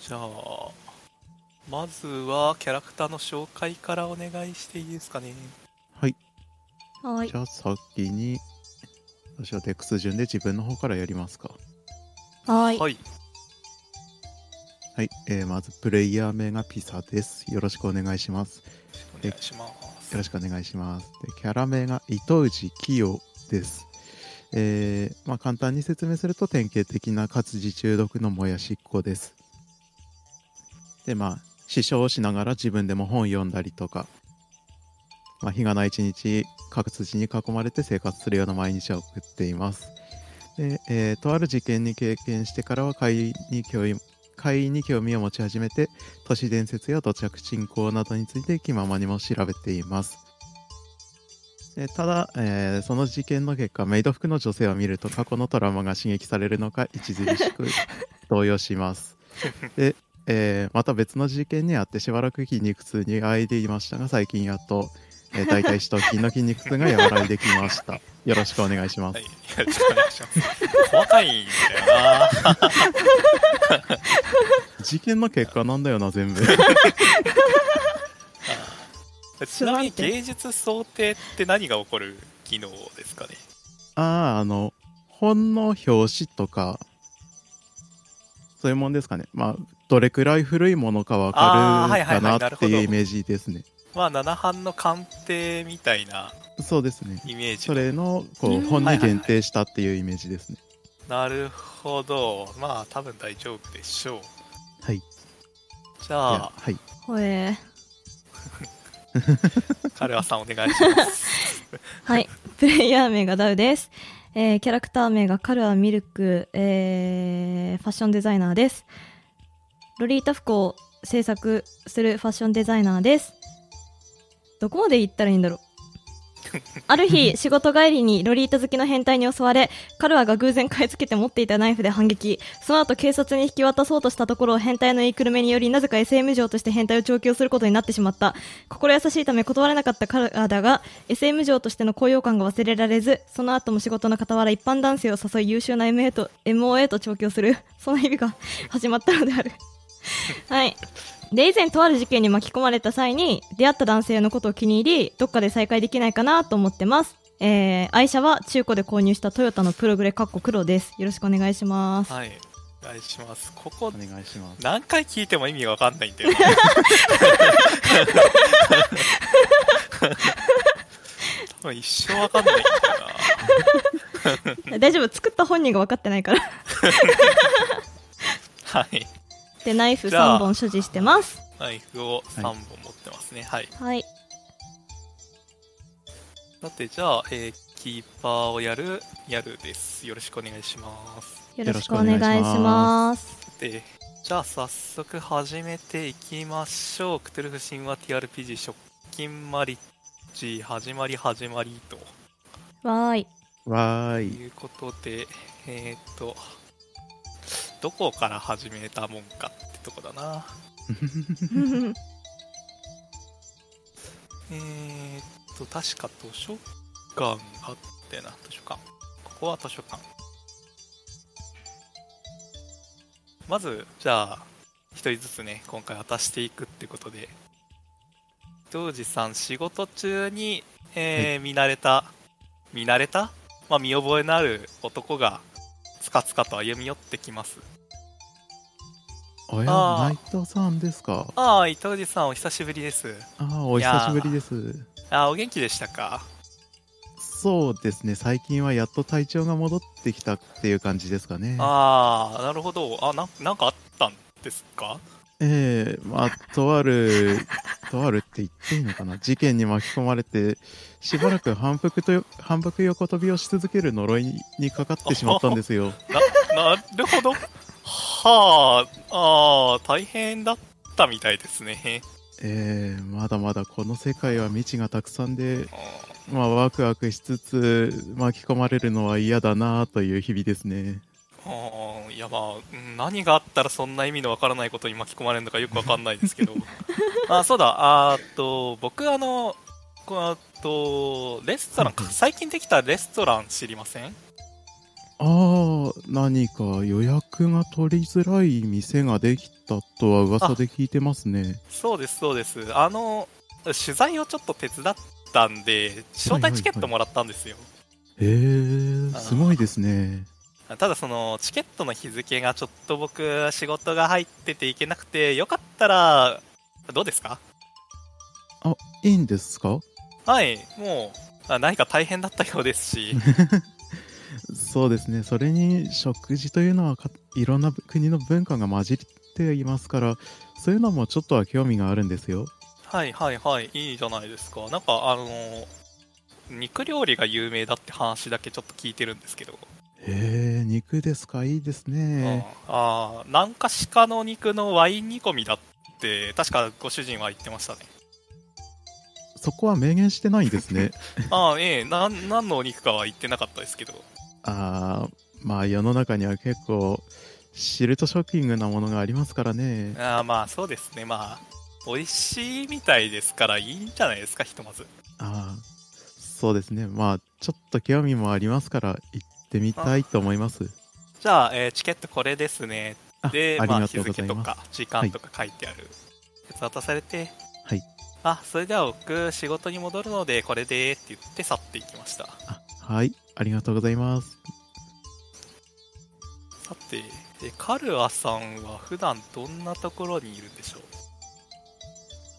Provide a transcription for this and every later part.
じゃあまずはキャラクターの紹介からお願いしていいですかねはい。はいじ。ゃあ先に、私はデックス順で自分の方からやりますか。は。はいいはい。えーまず、プレイヤー名がピサです。よろしくお願いします。お願いしますよろしくお願いします。でキャラ名が糸氏清です。えーまあ、簡単に説明すると典型的な活字中毒のもやしっこです。でまあ師匠をしながら自分でも本読んだりとか、まあ、日がない一日活字に囲まれて生活するような毎日を送っています。でえーとある事件に経験してからは会に興味会に興味を持ち始めて都市伝説や土着信仰などについて気ままにも調べていますえーただ、えーその事件の結果メイド服の女性を見ると過去のトラウマが刺激されるのか著しく動揺しますで、えーまた別の事件にあってしばらく筋肉痛にあいでいましたが最近やっと、えー、大腿四頭筋の筋肉痛が和らいできましたよろしくお願いします、はい、よろしくお願いします。細かいんだよな。事件の結果なんだよな 全部 ちなみに芸術想定って何が起こる機能ですかねああ、あの、本の表紙とか、そういうもんですかね。まあ、どれくらい古いものかわあーかはいはいるかはいななるっほてどいうイメージですね。まあ、七版の鑑定みたいなそうですね。イメージそれの、こうう、ん本はにいはいはい限定したっていうイメージですね。なるほど。まあ、多分大丈夫でしょう。はい。じゃいやあ、はい。ほえ彼はさんお願いし ます。はい。 プレイヤー名がダウです。えー、キャラクター名がカルアミルク、えー、ファッションデザイナーです。ロリータ服を制作するファッションデザイナーです。どこまで行ったらいいん だろう。ある日、仕事帰りにロリータ好きの変態に襲われ、カルアが偶然買い付けて持っていたナイフで反撃。その後、警察に引き渡そうとしたところ、変態の言いくるめにより、なぜか SM 嬢として変態を調教することになってしまった。心優しいため断れなかったカルアだが、SM 嬢としての高揚感が忘れられず、その後も仕事の傍ら一般男性を誘い優秀な MA と MOA と調教する、その日々が始まったのである。はい。で、以前とある事件に巻き込まれた際に、出会った男性のことを気に入り、どっかで再会できないかなと思ってます。えー、愛車は中古で購入したトヨタのプログレカッコ黒です。よろしくお願いします。はい。お願いします。ここお、願いします。何回聞いても意味がわかんないんだよ。多分一生わかんないんだよな。大丈夫、作った本人が分かってないから。はい。で、ナイフじゃあ3本所持してます。ナイフを3本持ってますね。はい。はい。さて、じゃあ、えーキーパーをやる、やるです。よろしくお願いします。よろしくお願いします。で、じゃあ、早速始めていきましょう。クトゥルフ神話 TRPG 食金マリッジ、始まり始まりと。わー い。とわーい。 いうことで、えーっと、どこから始めたもんかってとこだな。えー、っと、確か図書館あってな、図書館。ここは図書館。まず、じゃあ、一人ずつね、今回渡していくってことで、当時さん、仕事中に、えー見慣れた、見慣れたまあ、見覚えのある男が、つかつかと歩み寄ってきます。おや、あー内藤さんですか。ああ、伊藤さん、お久しぶりです。ああ、おいやー久しぶりです。ああ、お元気でしたかそうですね。最近はやっと体調が戻ってきたっていう感じですかね。ああ、なるほど。あ、ななんかあったんですかええまあ、とある、とあるって言っていいのかな、 事件に巻き込まれて、しばらく反復とよ 反復横跳びをし続ける呪いにかかってしまったんですよ。ななるほど。はあ、ああ、大変だったみたいですね。ええまだまだこの世界は未知がたくさんで、あまあ、ワクワクしつつ、巻き込まれるのは嫌だなという日々ですね。ーあー、いやまあ、うん何があったらそんな意味のわからないことに巻き込まれるのかよくわかんないですけ ど。あそうだ、あーっと、僕あの、このあと、レストランうんう、ん最近できたレストラン知りませんああ、何か予約が取りづらい店ができたとは噂で聞いてますね。そうです、そうです。あの、取材をちょっと手伝ったんで、招待チケットもらったんですよ。へえ、すごいですね。ただその、チケットの日付がちょっと僕、仕事が入ってて行けなくて、よかったら、どうですかいいんですかはい、もう、あ何か大変だったようですし、そうですね。それに食事というのはかいろんな国の文化が混じっていますから、そういうのもちょっとは興味があるんですよ。はいはいはい、いいじゃないですか。なんか、あの、肉料理が有名だって話だけちょっと聞いてるんですけど、へえ、肉ですか、いいですね。うんああ、なんか鹿の肉のワイン煮込みだって、確かご主人は言ってましたね。そこは明言してないんですね。 ああ、ええ、なん、何のお肉かは言ってなかったですけど。ああ、まあ世の中には結構、知るとショッキングなものがありますからね。ああ、まあそうですね。まあ、美味しいみたいですから、いいんじゃないですか、ひとまず。ああ、そうですね。まあちょっと興味もありますから、行ってみたいと思います。じゃあ、えーチケットこれですね。あで、ありまあが日とうござ付いとます。か時間とか書いてあるやつ渡されて、はい。あ、それでは僕、仕事に戻るので、これでって言って去っていきました。あはい、ありがとうございます。さて、えカルアさんは普段どんなところにいるんでしょう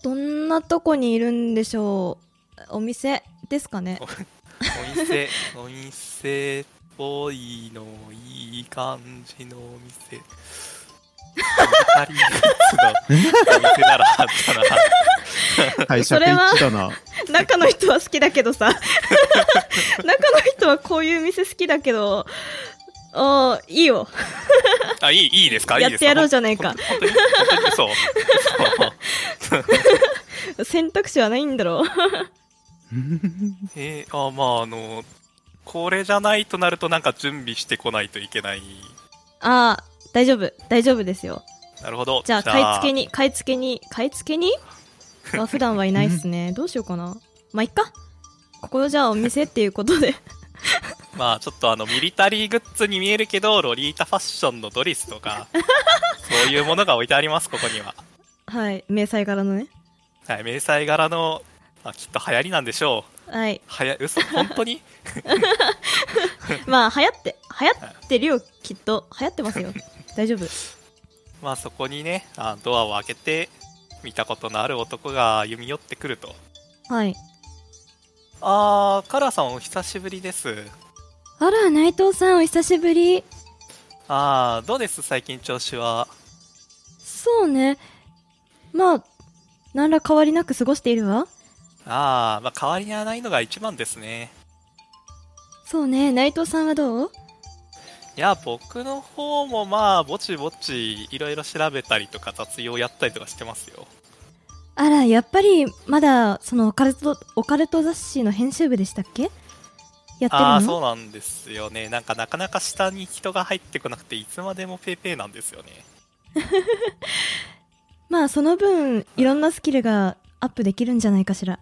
どんなとこにいるんでしょうお店ですかねお店、お店っぽいの、いい感じのお店。カリーグッズのお店ならあったな。会社それは一致だな。中の人は好きだけど さ中の人はこういう店好きだけどあーいいよ あ、いい、いいですかいいやですかってやろうじゃないほかんほん本当に本当にそう。そう。 選択肢はないんだろうえーあ、まあ、あの、これじゃないとなるとなんか準備してこないといけない。ああ大丈夫大丈夫ですよなるほど。じゃあ買い付けに。に買い付けに買い付けには普段はいないっすねどうしようかなまあいっかここじゃあお店っていうことでまあ、ちょっとあの、ミリタリーグッズに見えるけど、ロリータファッションのドリスと か、そういうものが置いてあります、ここには。はい迷彩柄のねはい、迷彩柄の、あ、きっと流行りなんでしょう。はいうはや、嘘、本当に まあ流行って流行ってるよきっと流行ってます よ大丈夫まあ、そこにね、あドアを開けて、見たことのある男が歩み寄ってくると。はいあー、カラーさんお久しぶりです。あら内藤さんお久しぶりあー、どうです最近調子は。そうねまあ何ら変わりなく過ごしているわああ、まあ、変わりがないのが一番ですね。そうね内藤さんはどういや、僕の方もまあ、ぼちぼち、いろいろ調べたりとか、雑用やったりとかしてますよ。あらやっぱりまだそのオカルトオカルト雑誌の編集部でしたっけやってるのああー、そうなんですよね。なんか、なかなか下に人が入ってこなくて、いつまでもペーペーなんですよね。まあその分いろんなスキルがアップできるんじゃないかしら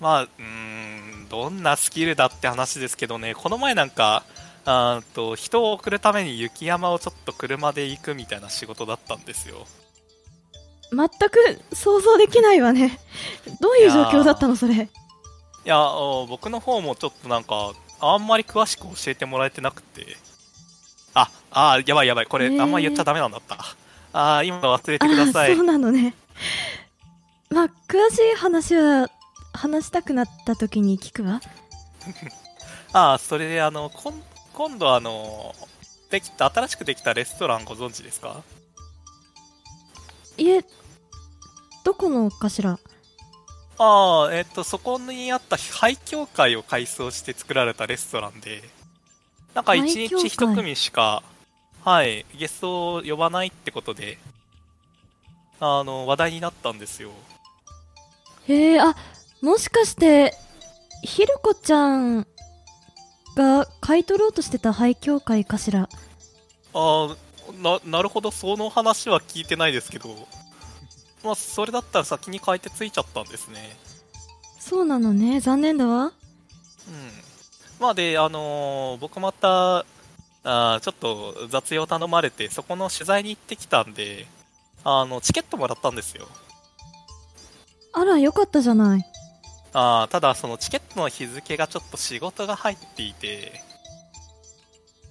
まあ、うーん、どんなスキルだって話ですけどね、この前なんか、あーと人を送るために雪山をちょっと車で行くみたいな仕事だったんですよ。全く想像できないわねどういう状況だったのそれいや、あー僕の方もちょっとなんか、あんまり詳しく教えてもらえてなくて。あ、あーやばいやばい、これ、ねーあんま言っちゃダメなんだった。あー今の忘れてあくだらさい。そうなのねまあ詳しい話は話したくなった時に聞くわあーそれで、あの、こん今度、あの、できた、新しくできたレストランご存知ですかいえどこのかしらああ、えっ、と、そこにあった廃教会を改装して作られたレストランで、なんか一廃教日会一組しか、はい、ゲストを呼ばないってことで、あの、話題になったんですよ。へえあもしかしてひるこちゃんが買い取ろうとしてた廃教会かしらああななるほどその話は聞いてないですけどまあそれだったら先に買い手ついちゃったんですねそうなのね残念だわうんまあであのー僕またあーちょっと雑用頼まれて、そこの取材に行ってきたんで、あの、チケットもらったんですよ。あら、よかったじゃない。あーただ、そのチケットの日付がちょっと仕事が入っていて、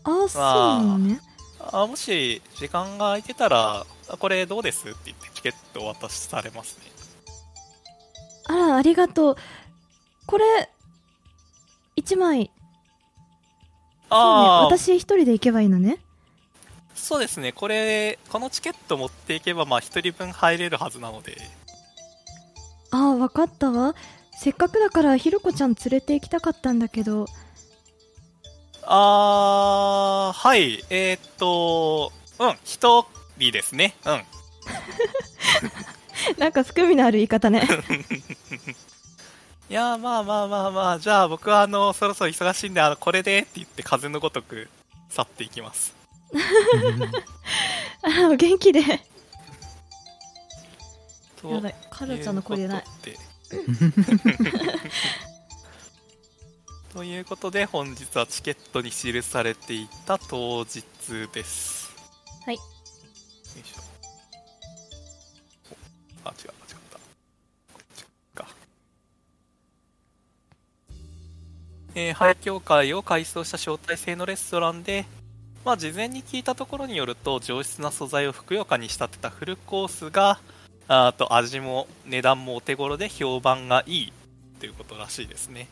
ああ、そうなのね。あーもし時間が空いてたら、あこれどうですって言ってチケットを渡されますね。あら、ありがとう。これ、1枚。あそあうね、私一人で行けばいいのね。そうですね、これ、このチケット持っていけば、まあ、1人分入れるはずなので、ああ、わかったわ。せっかくだから、ひろこちゃん連れて行きたかったんだけど。あー、はい、えー、っと、うん、1人ですね、うん。 なんか含みのある言い方 ね。いやー、まあまあまあまあ、じゃあ僕は、あの、そろそろ忙しいんで、あの、これでって言って、風のごとく去っていきます。 あら、お元気で。やとばい、カルちゃんの声出ない。いう ことで。ということで、本日はチケットに記されていた当日です。はいよいしょ。おあ、違う、間違った。こっちか。えー、廃協会を改装した招待制のレストランで、まあ、事前に聞いたところによると、上質な素材をふくよかに仕立てたフルコースが、ああと味も値段もお手頃で評判がいいということらしいですね。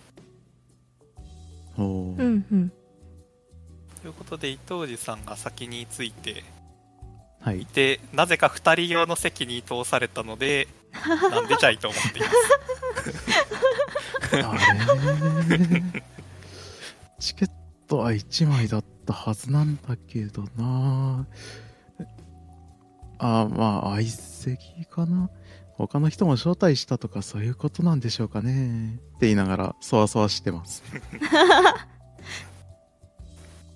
おうーんうん。ということで伊藤寺さんが先についてはいいてなぜか2人用の席に通されたのでなんでじゃいと思っています。 あれチケットは1枚だったはずなんだけどなあーまあ相席かな他の人も招待したとかそういうことなんでしょうかねって言いながらそわそわしてます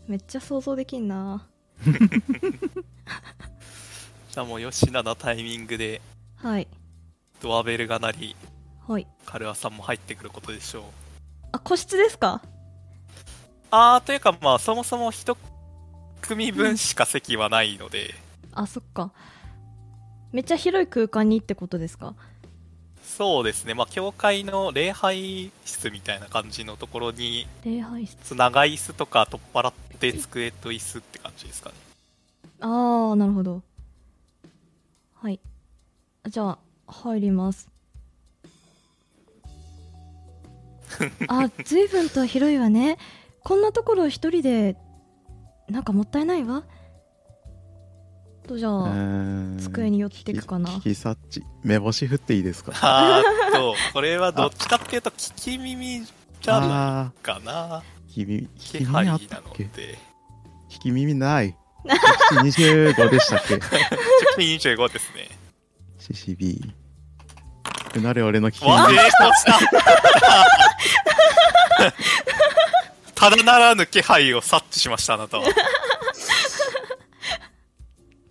めっちゃ想像できんな。じゃあもう吉田のタイミングではい。ドアベルが鳴りはい。カルアさんも入ってくることでしょう。あ、個室ですかあーというかまあそもそも1組分しか席はないので、あ、そっか。めっちゃ広い空間にってことですかそうですねまあ教会の礼拝室みたいな感じのところに礼拝室。長い椅子とか取っ払って机と椅子って感じですかねあー、なるほど。はい。じゃあ、入 ります。あ、随分と広いわね。こんなところ一人で、なんかもったいないわ。と、じゃえあ、ー机に寄っていくかな聞き聞き察知目星振っていいですか あーっとこれはどっちかっていうと聞き耳じゃなあいかなー聞き耳聞気き配耳なあのったっけで聞き耳ない25でしたっけ直近25ですね CCB うなれ俺の聞きわあ耳成功したただならぬ気配を察知しましたあなたは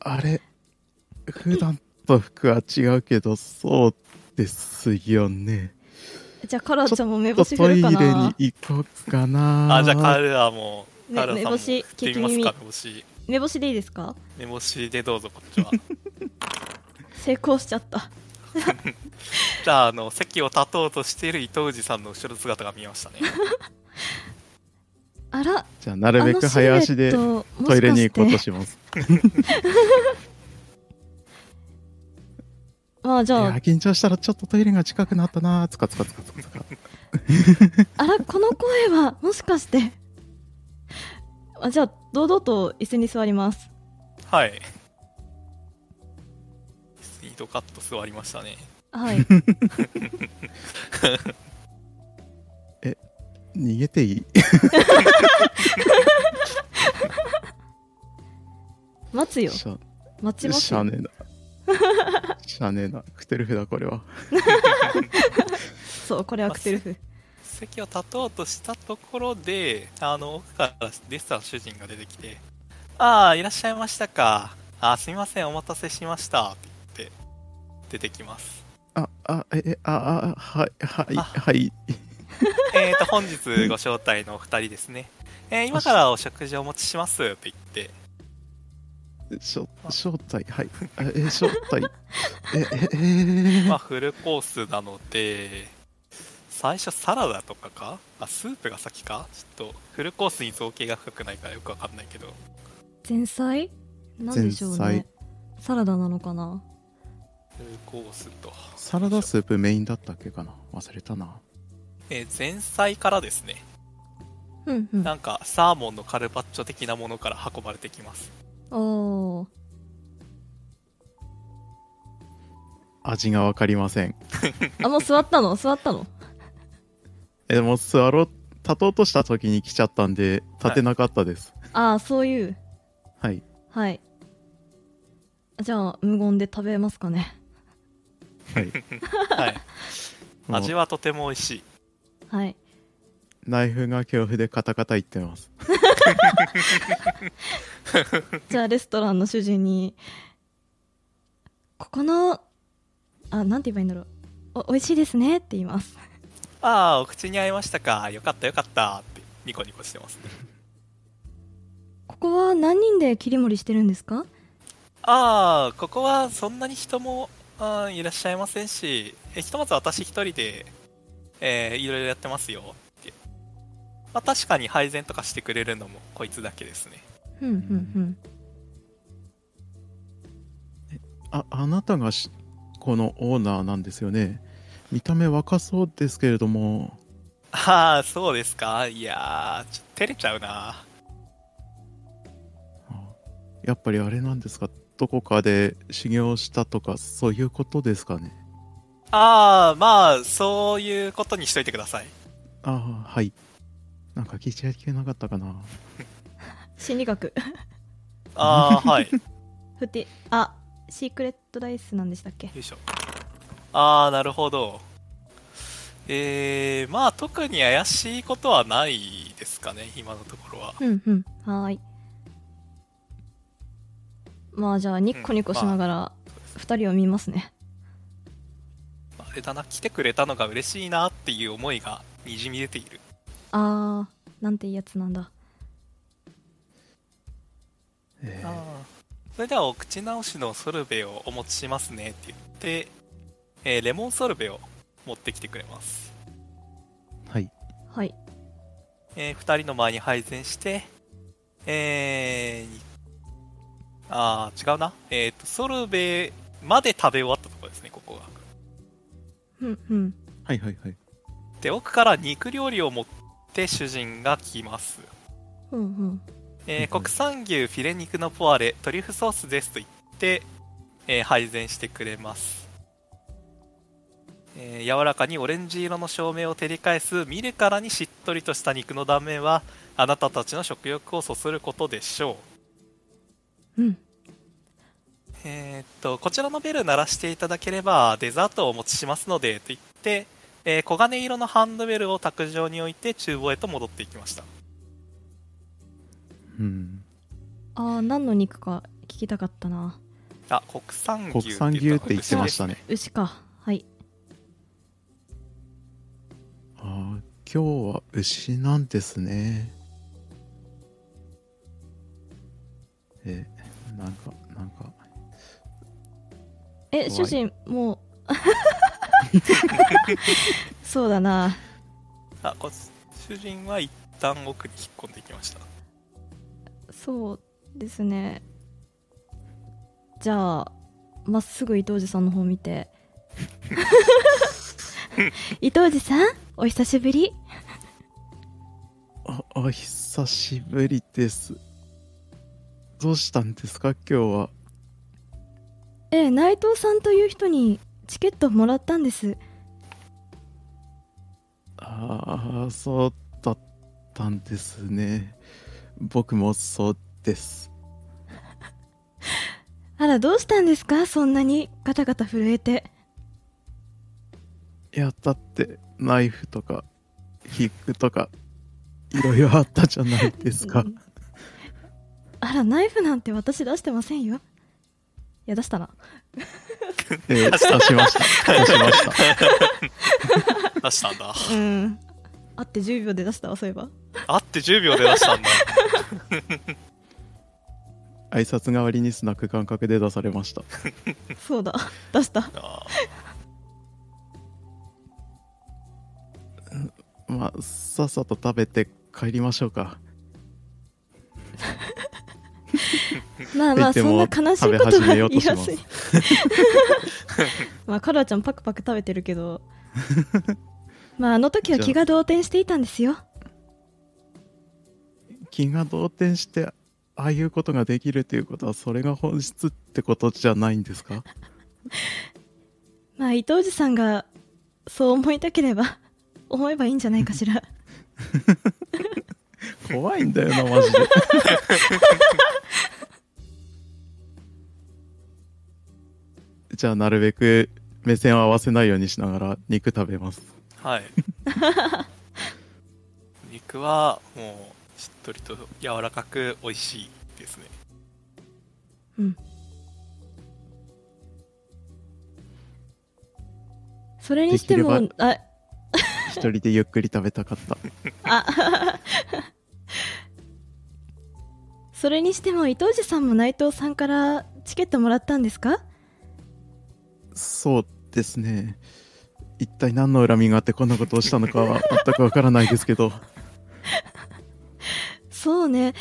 あれ普段と服は違うけどそうですよねじゃあ、カラーちゃんも目ちょっ星と振トイるレかにな。行こうかなあじゃあカルアもねカルアさんも振ってみますか目星聞き目星目星でいいですか目星でどうぞこっちは 成功しちゃった。じゃああの席を立とうとしている伊藤寺さんの後ろ姿が見えましたねあら、じゃあなるべく早足であトのシルイレエッもしかしてに行こうとしますまあじいゃやあ、緊張したらちょっとトイレが近くなったなつかつかつかつかつかあら、この声は、もしかして。あじゃあ、堂々と椅子に座ります。はい。スピードカット座りましたね。はい。逃げていい 待つよ。しゃ待ちますしゃあよ。ねえなしゃあねえなクテルフだこれはそう、これはクテルフ。席を立とうとしたところで、あの、奥からレストランの主人が出てきて、ああ、いらっしゃいましたか。あーすみません、お待たせしました。って言って、出てきます。ああええああはいはいあはいえーと本日ご招待のお二人ですね、えー今からお食事をお持ちしますって言ってしょ招待 はいあえ招待えええまあフルコースなので最初サラダとかかあスープが先かちょっとフルコースに造形が深くないからよくわかんないけど前菜なんでしょう前ね菜サラダなのかなフルコースとサラダスープメインだったっけかな忘れたなえー前菜からですねうんうんなんかサーモンのカルパッチョ的なものから運ばれてきますおー味が分かりませんあもう座ったの座ったのえでも座ろう立とうとした時に来ちゃったんで立てなかったですああそういうはい、はいじゃあ無言で食べますかねはいもう味はとても美味しいはいナイフが恐怖でカタカタ言ってますじゃあレストランの主人にここのあなんて言えばいいんだろうお美味しいですねって言いますああお口に合いましたかよかったよかったってニコニコしてますねここは何人で切り盛りしてるんですかああここはそんなに人もあーいらっしゃいませんしえひとまず私一人で、えーいろいろやってますよって、まあ、確かに配膳とかしてくれるのもこいつだけですねふんふんふんああなたがしこのオーナーなんですよね見た目若そうですけれどもああそうですかいやーちょっと照れちゃうなあやっぱりあれなんですかどこかで修行したとかそういうことですかねああまあそういうことにしといてくださいああはいなんか聞いちゃいけなかったかな心理学ああはいよふてあシークレットダイスなんでしたっけいしょああなるほどえー、まあ特に怪しいことはないですかね今のところはうんうんはーいまあじゃあニッコニコしながら2人を見ますね、あれだな来てくれたのが嬉しいなっていう思いがにじみ出ているあーなんていいやつなんだえーあそれではお口直しのソルベをお持ちしますねって言って、えーレモンソルベを持ってきてくれます、はいはいえ2人の前に配膳してえーにあー違うなえっ、とソルベまで食べ終わったところですねここがうんうんはいはいはいで奥から肉料理を持って主人が来ますうんうんえー国産牛フィレ肉のポワレトリュフソースですと言って、えー配膳してくれます、えー柔らかにオレンジ色の照明を照り返す見るからにしっとりとした肉の断面はあなたたちの食欲をそそることでしょううんえーっとこちらのベル鳴らしていただければデザートをお持ちしますのでと言って、えー黄金色のハンドベルを卓上に置いて厨房へと戻っていきましたうんあー何の肉か聞きたかったなあ国産牛国産牛って言って ましたね牛かはいああ今日は牛なんですねえなんかなんか怖えい主人もう そうだなあこ主人は一旦奥に引っ込んでいきましたそうですねじゃあまっすぐ伊藤寺さんの方見て伊藤寺さんお久しぶりああ久しぶりですどうしたんですか今日はええ内藤さんという人にチケットもらったんですああそうだったんですね僕もそうですあらどうしたんですかそんなにガタガタ震えていやだってナイフとかヒックとかいろいろあったじゃないですかうんあらナイフなんて私出してませんよいや出したな えー、出しました出しました出したんだ うんあって10秒で出したわそういえばあって10秒で出したんだ挨拶代わりにスナック感覚で出されましたそうだ出したあまあさっさと食べて帰りましょうかまあまあって言そんなっても悲しいこと食べ始はめよう言といしやますすいまあカルアちゃんパクパク食べてる けどまああの時は気が動転していたんですよ気が動転してああいうことができるということはそれが本質ってことじゃないんですかまあ伊藤寺さんがそう思いたければ思えばいいんじゃないか しら怖いんだよなマジでじゃあなるべく目線を合わせないようにしながら肉食べますーはい 肉はもうしっとりと柔らかく美味しいですねそれにしてもできあ一人でゆっくり食べたかったあそれにしても伊藤寺さんも内藤さんからチケットもらったんですかそうですね一体何の恨みがあってこんなことをしたのかは全くわからないですけどそうね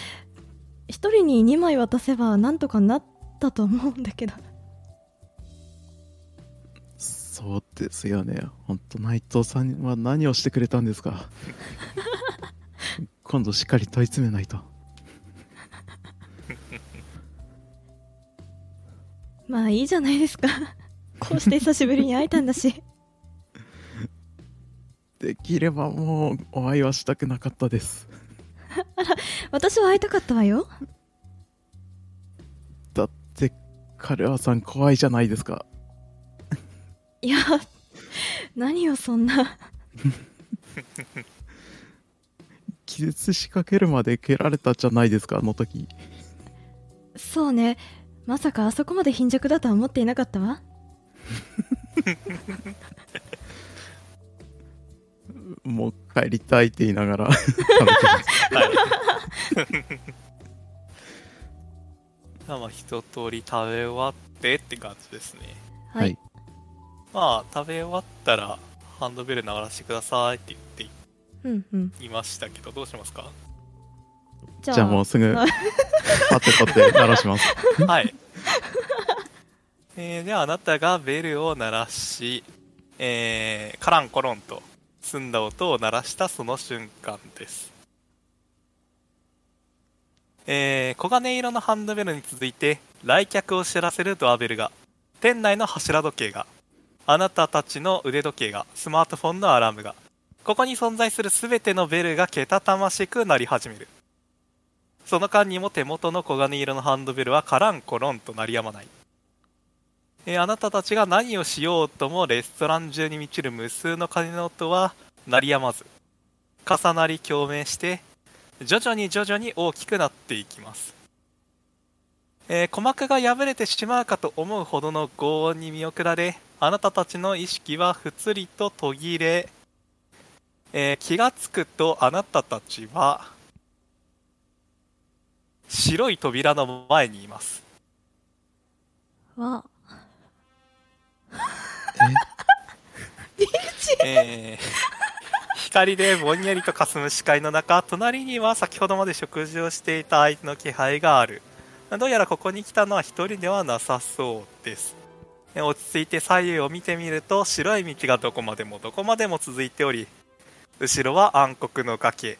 一人に2枚渡せばなんとかなったと思うんだけど そうですよね本当内藤さんは何をしてくれたんですか今度しっかり問い詰めないとまあいいじゃないですか こうして久しぶりに会えたんだし できればもうお会いはしたくなかったです私は会いたかったわよだって彼はさん怖いじゃないですかいや何よそんな気絶しかけるまで蹴られたじゃないですかあの時そうねまさかあそこまで貧弱だとは思っていなかったわもう帰りたいって言いながら 食べてますはい。 まあまあ一通り食べ終わってって感じですね。はい、はいまあ食べ終わったらハンドベル鳴らしてくださいって言っうんうんていましたけどどうしますかじゃあじゃあもうすぐはいパッて取って鳴らしますはい。えー、ではあなたがベルを鳴らし、えー、カランコロンと澄んだ音を鳴らしたその瞬間です。えー、黄金色のハンドベルに続いて来客を知らせるドアベルが店内の柱時計があなたたちの腕時計がスマートフォンのアラームがここに存在する全てのベルがけたたましく鳴り始めるその間にも手元の黄金色のハンドベルはカランコロンと鳴りやまない、えーあなたたちが何をしようともレストラン中に満ちる無数の鐘の音は鳴りやまず重なり共鳴して徐々に徐々に大きくなっていきます、えー鼓膜が破れてしまうかと思うほどの轟音に見送られあなたたちの意識はふつりと途切れ、えー気がつくとあなたたちは白い扉の前にいますわえー光でぼんやりと霞む視界の中隣には先ほどまで食事をしていた相手の気配があるどうやらここに来たのは一人ではなさそうですえー落ち着いて左右を見てみると白い道がどこまでもどこまでも続いており後ろは暗黒の崖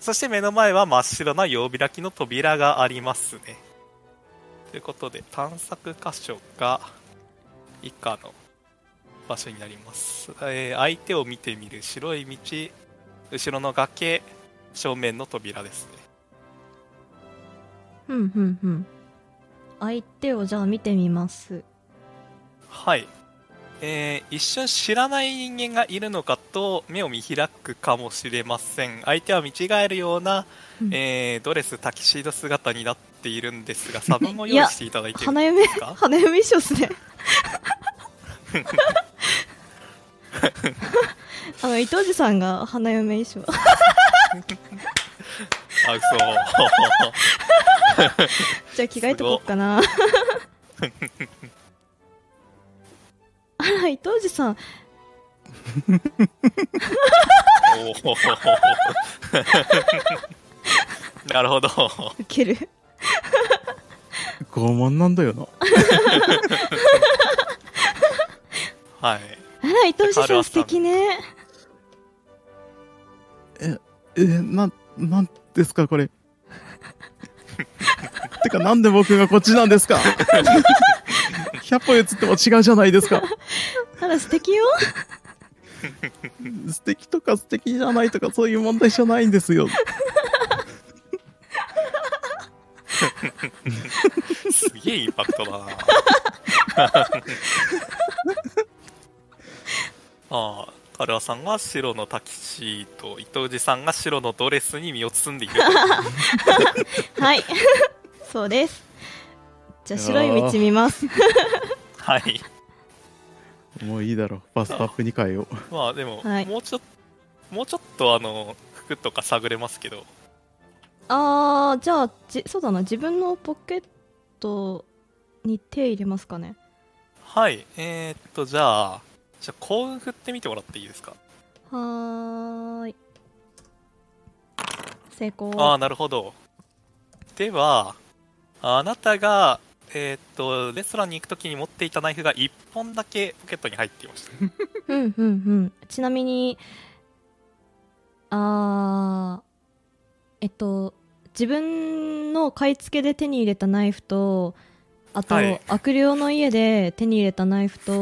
そして目の前は真っ白な曜日開きの扉がありますねということで探索箇所が以下の場所になります、えー相手を見てみる白い道後ろの崖正面の扉ですねうんうんうん相手をじゃあ見てみますはいえー一瞬知らない人間がいるのかと目を見開くかもしれません相手は見違えるような、うんえードレスタキシード姿になっているんですがサブもい用意やしていただいてるん花嫁ですか花 嫁衣装っすねあの伊藤寺さんが花嫁衣装 あ、嘘。じゃあ着替えとこうかな あら伊藤寺さんおー なるほど。ウケる拷問なんだよなはい。あら伊藤春寺さはん素敵ねえー、ななんですかこ れてかなんで僕がこっちなんですか100歩譲っても違うじゃないですかあら素敵 よ素敵とか素敵じゃないとかそういう問題じゃないんですよすげえインパクトだな。ああ、カルアさんは白のタキシード、伊藤寺さんが白のドレスに身を包んでい る。はい そうですじゃあ白い道見ますはい。もういいだろファストアップ2回をまあでも、はいもうちょっと、もうちょっとあの、服とか探れますけど、あーじゃあじそうだな自分のポケットに手入れますかねはい、えー、っと、じゃあ、じゃあ、幸運振ってみてもらっていいですか。はーい成功ああ、なるほど。では、あなたが、えー、っと、レストランに行くときに持っていたナイフが1本だけポケットに入っていました。うんうんうんちなみにあーえっと自分の買い付けで手に入れたナイフとあと、はい悪霊の家で手に入れたナイフ と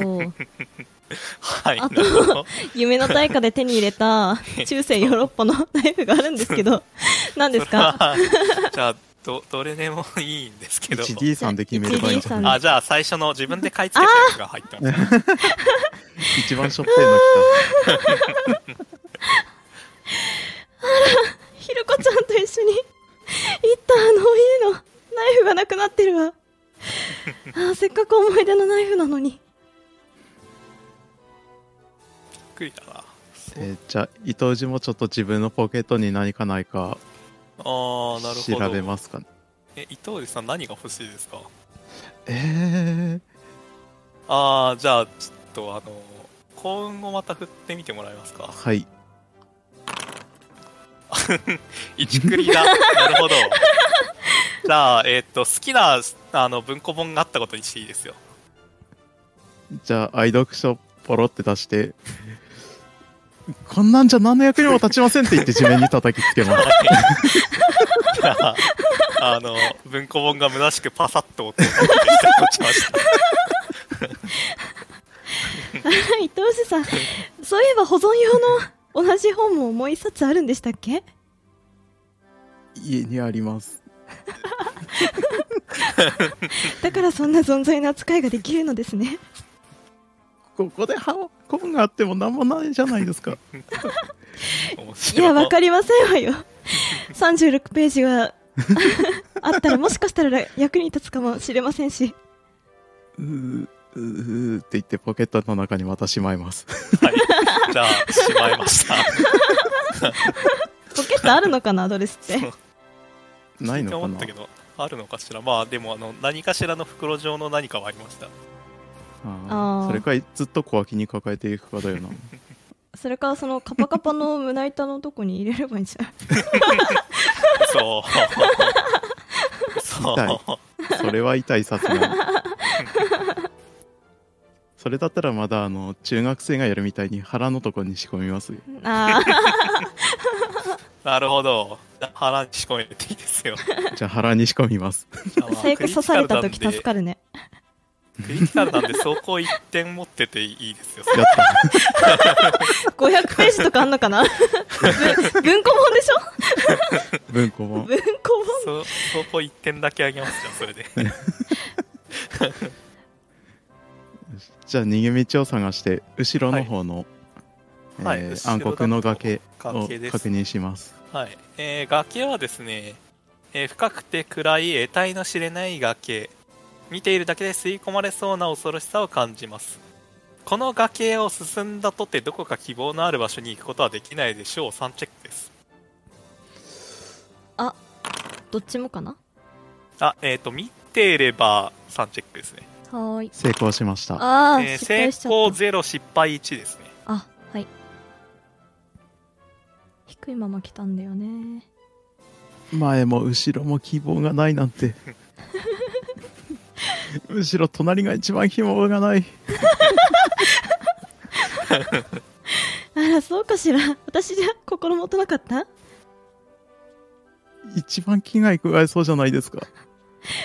はい、あとなるほ ど。夢の大火で手に入 れた中世ヨーロッパのナイフがあるんですけど何ですかそれ はじゃあ、ど、どれでもいいんですけど。 1D さんで決めればいいんじゃ 1D さんなあ、いじゃあ、最初の自分で買い付けたやつが入ってます。一番しょっぺいの来ひろこちゃんと一緒に行ったあの家のナイフがなくなってる わあーせっかく思い出のナイフなのに びっくりだな。た、えーじゃあ伊藤寺もちょっと自分のポケットに何かないかあー、なるほど。調べますかねえ、伊藤さん何が欲しいですかえあー、じゃあ、ちょっとあの、幸運をまた振ってみてもらえますかー、。はい一クリ だ。なるほど。じゃあ、えーっと、好きなあの文庫本があったことにしていいですよ。じゃあ愛読書ポロって出して「こんなんじゃ何の役にも立ちません」って言って地面に叩きつけます じゃあ、あの、文庫本が虚しくパサッと音を立てて落ちました。はい、伊藤氏 さん、そういえば保存用の同じ本ももう一冊あるんでしたっけ家にありますだからそんな存在の扱いができるのですね。ここで本本があっても何もないじゃないですか面 い白や、わかりませんわ よ。36ページが あったら、もしかしたら役に立つかもしれませんし。うーうーって言ってポケットの中にまたしまいますはい。じゃあ、しまいました。ポケットあるのかな、ドレスって。な聞いのいてか思なったけど、あるのかしら。まあ、でも、あの、何かしらの袋状の何かはありました。ああーーそれかずっと小脇に抱えていくかだよなそれからそのカパカパの胸板のとこに入れればいいんじゃない そう。そう。それは痛いさすがに それだったらまだあの中学生がやるみたいに腹のとこに仕込みますよ あーなるほど。腹に仕込めていいですよ。じゃあ腹に仕込みますじゃあまあ最悪刺された時クリティ助カかるね。ルなんでクリティカルなんで、そこ一点持ってていいですよ。やった。 500ページとかあんのかな文文庫本でしょ文庫も。文庫そ、本そこ一点だけあげますじゃん、それで。じゃあ逃げ道を探して、後ろの方の、はいえはいー後ろだと暗黒の崖を崖です確認します。はい。えー崖はですね、えー深くて暗い得体の知れない崖。見ているだけで吸い込まれそうな恐ろしさを感じます。この崖を進んだとてどこか希望のある場所に行くことはできないでしょう3チェックですどっちもかなあえっ、と見てれば3チェックですね、はーい成功しましたああ、えー失成敗しちゃ功った0失敗1ですねあはい低いまま来たんだよね前も後ろも希望がないなん てむしろ隣が一番希望がないあらそうかしら私じゃ心もとなかった一番危害加えそうじゃないですか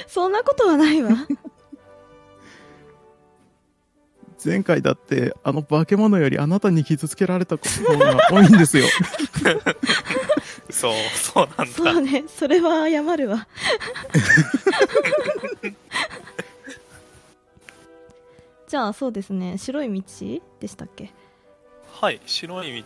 そんなことはないわ前回だってあの化け物よりあなたに傷つけられたことが多いんですよそう そうなんだそうねそれは謝るわ じゃあそうですね白い道でしたっけはい、白い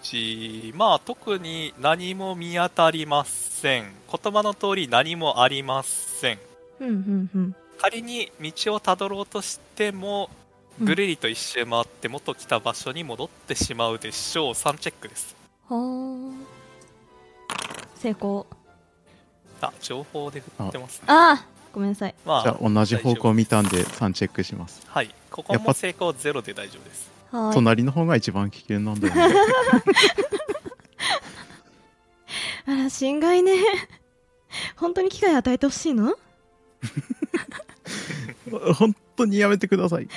道、まあ特に何も見当たりません。言葉の通り何もありません。うんうんうん仮に道をたどろうとしても、うんぐるりと一周回って元来た場所に戻ってしまうでしょう。3チェックです。はあ成功あ、情報で振ってますね。ああごめんなさいまじゃあ同じ方向見たんで3チェックしますはい、ここやっぱも成功ゼロで大丈夫です。はーい隣の方が一番危険なんだよね あら心外ね 本当に機会与えてほしいの本当にやめてください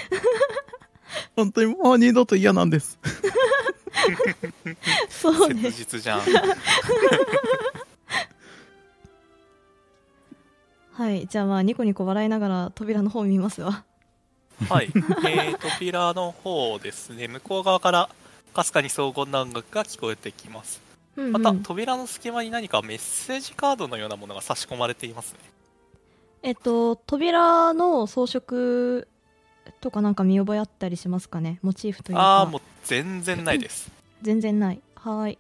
本当にもう二度と嫌なんです そう切ね実じゃん。はいじゃあまあニコニコ笑いながら扉の方見ますわはい、えー、扉の方ですね、向こう側からかすかに荘厳な音楽が聞こえてきます。うんうんまた扉の隙間に何かメッセージカードのようなものが差し込まれていますねえっと扉の装飾とかなんか見覚えあったりしますかねモチーフというああかーもう全然ないです全然ないはーい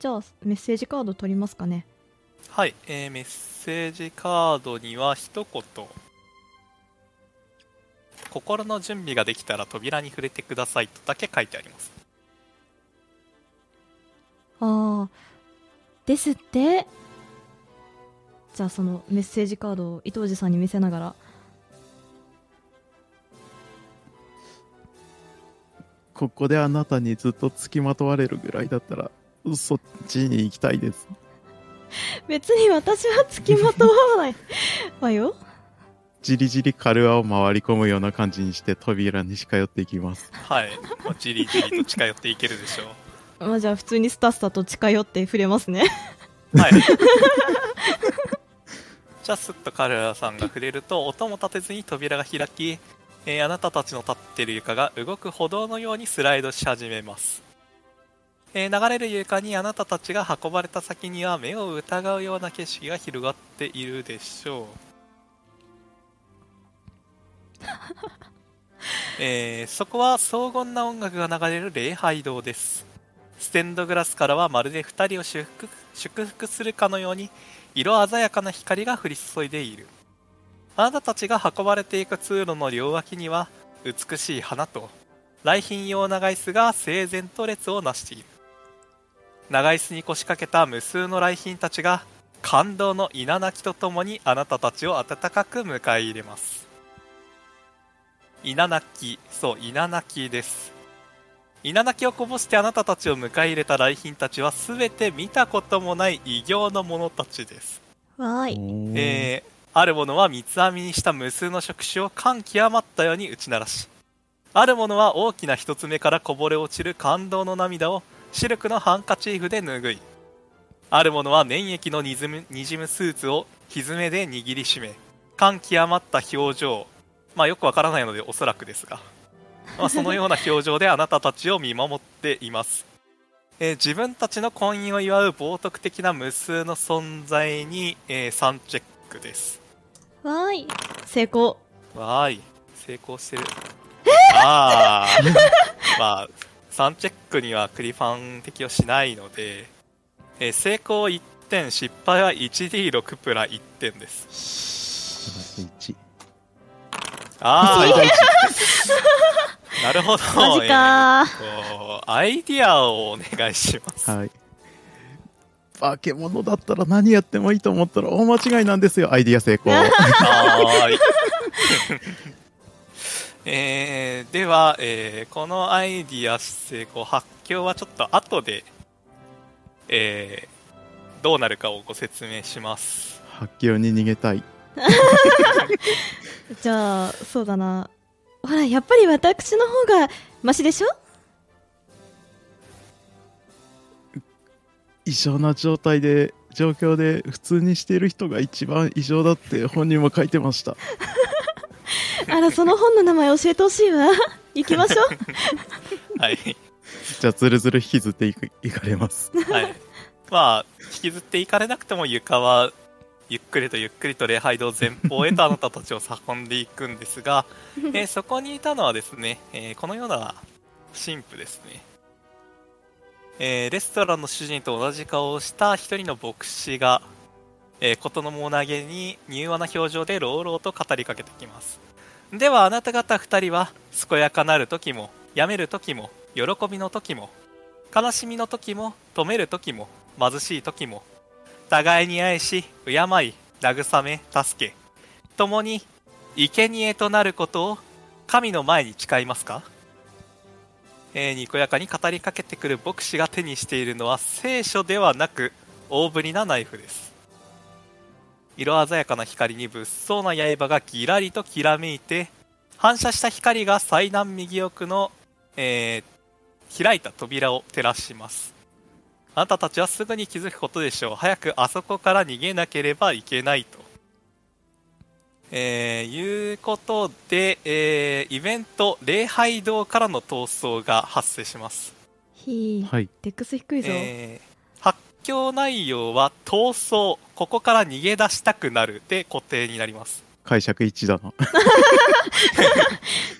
じゃあメッセージカード取りますかねはい、えーメッセージカードには一言心の準備ができたら扉に触れてくださいとだけ書いてありますああですってじゃあそのメッセージカードを伊藤寺さんに見せながらここであなたにずっと付きまとわれるぐらいだったらそっちに行きたいです別に私はつきまとわ ないわよじりじりカルアを回り込むような感じにして扉に近寄っていきますはいもうじりじりと近寄っていけるでしょうまあじゃあ普通にスタスタと近寄って触れますねはいじゃあすっとカルラさんが触れると音も立てずに扉が開き、えーあなたたちの立ってる床が動く歩道のようにスライドし始めます、えー流れる床にあなたたちが運ばれた先には目を疑うような景色が広がっているでしょうえーそこは荘厳な音楽が流れる礼拝堂ですステンドグラスからはまるで2人を祝福祝福するかのように色鮮やかな光が降り注いでいるあなたたちが運ばれていく通路の両脇には美しい花と来賓用長椅子が整然と列をなしている長椅子に腰掛けた無数の来賓たちが感動の稲泣きとともにあなたたちを温かく迎え入れます稲泣きそう稲泣きです稲泣きをこぼしてあなたたちを迎え入れた来賓たちは全て見たこともない異形の者たちです、わーいおーえーある者は三つ編みにした無数の触手を感極まったように打ち鳴らしある者は大きな一つ目からこぼれ落ちる感動の涙をシルクのハンカチーフで拭いある者は粘液のにじむにじむスーツを蹄で握りしめ感極まった表情まあよくわからないのでおそらくですが、まあ、そのような表情であなたたちを見守っています、えー自分たちの婚姻を祝う冒涜的な無数の存在に、え3チェックですわーい成功わーい成功してるああまあ3チェックにはクリファン適用しないので、えー成功1点失敗は 1D6 プラ1点ですプラス一ああなるほど。マジかえーっとアイディアをお願いします。はい。化け物だったら何やってもいいと思ったら大間違いなんですよ。アイディア成 功。はーい。 えーでは、えーこのアイディア成功発表はちょっと後で、えーどうなるかをご説明します。発狂に逃げたい。じゃあそうだなほらやっぱり私の方がマシでしょ異常な状態で、状況で普通にしている人が一番異常だって本人も書いてました。あらその本の名前教えてほし いわ行きましょうはい。じゃあ、ずるずる引きずっていくいかれ ます。はい。まあ、引きずっていかれなくても床は、ゆっくりとゆっくりと礼拝堂前方へとあなたたちを運んでいくんですが、えーそこにいたのはですね、えーこのような神父ですね。えーレストランの主人と同じ顔をした一人の牧師が、えー、事のもなげに柔和な表情で朗々と語りかけてきます。ではあなた方二人は、健やかなる時も、病める時も、喜びの時も、悲しみの時も止める時も貧しい時も互いに愛し敬い慰め助け共に生贄となることを神の前に誓いますか、えーにこやかに語りかけてくる牧師が手にしているのは聖書ではなく大ぶりなナイフです色鮮やかな光に物騒な刃がギラリときらめいて反射した光が最南右奥の、えー開いた扉を照らしますあなたたちはすぐに気づくことでしょう早くあそこから逃げなければいけないとえーいうことで、えーイベント礼拝堂からの闘争が発生します ひーはい。デックス低いぞ、えー発狂内容は逃走ここから逃げ出したくなるで固定になります解釈一致だな。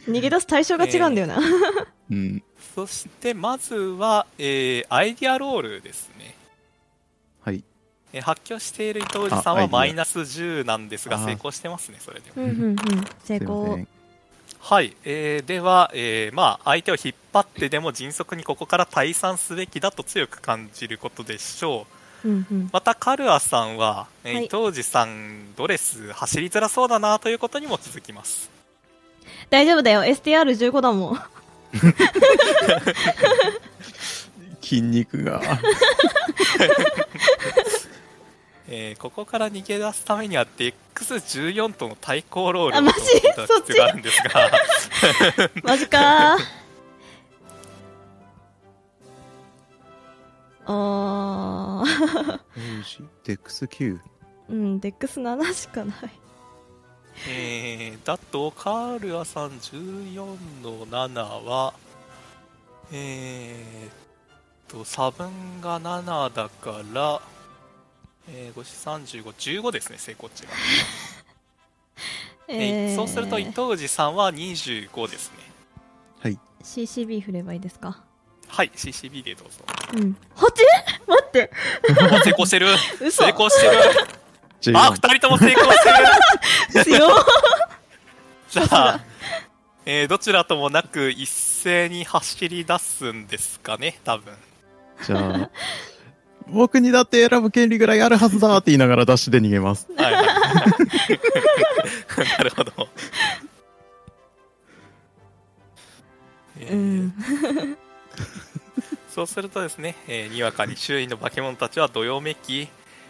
逃げ出す対象が違うんだよな、うん。そしてまずは、えーアイディアロールですねはい。えー発狂している伊藤寺さんあはアイディアマイナス10なんですがあー成功してますねそれでもうんうんうん成すいま功せん。はい、えーでは、えーまあ、相手を引っ張ってでも迅速にここから退散すべきだと強く感じることでしょううんうんまたカルアさんは、えーはい伊藤寺さんドレス走りづらそうだなということにも気づきます大丈夫だよ STR15 だもん筋肉が。えーここから逃げ出すためには DX14 との対抗ロールあをマジ取った必要があるんです がマジかーあー デックス9。うんデックス7しかないえーだとカールアさん14の7はえー、と差分が7だから、えー、543515ですね成功値が、えーそうすると伊藤寺さんは25ですね CCB 振ればいいですかはい CCB でどうぞうん8待ってお成功してる嘘成功してるあ14二人とも成功してる 強っじゃあ、えーどちらともなく一斉に走り出すんですかね多分じゃあ、僕にだって選ぶ権利ぐらいあるはずだって言いながらダッシュで逃げます。はい はいはいなるほど。えーうん そうするとですね、えーにわかに周囲の化け物たちはどよめき、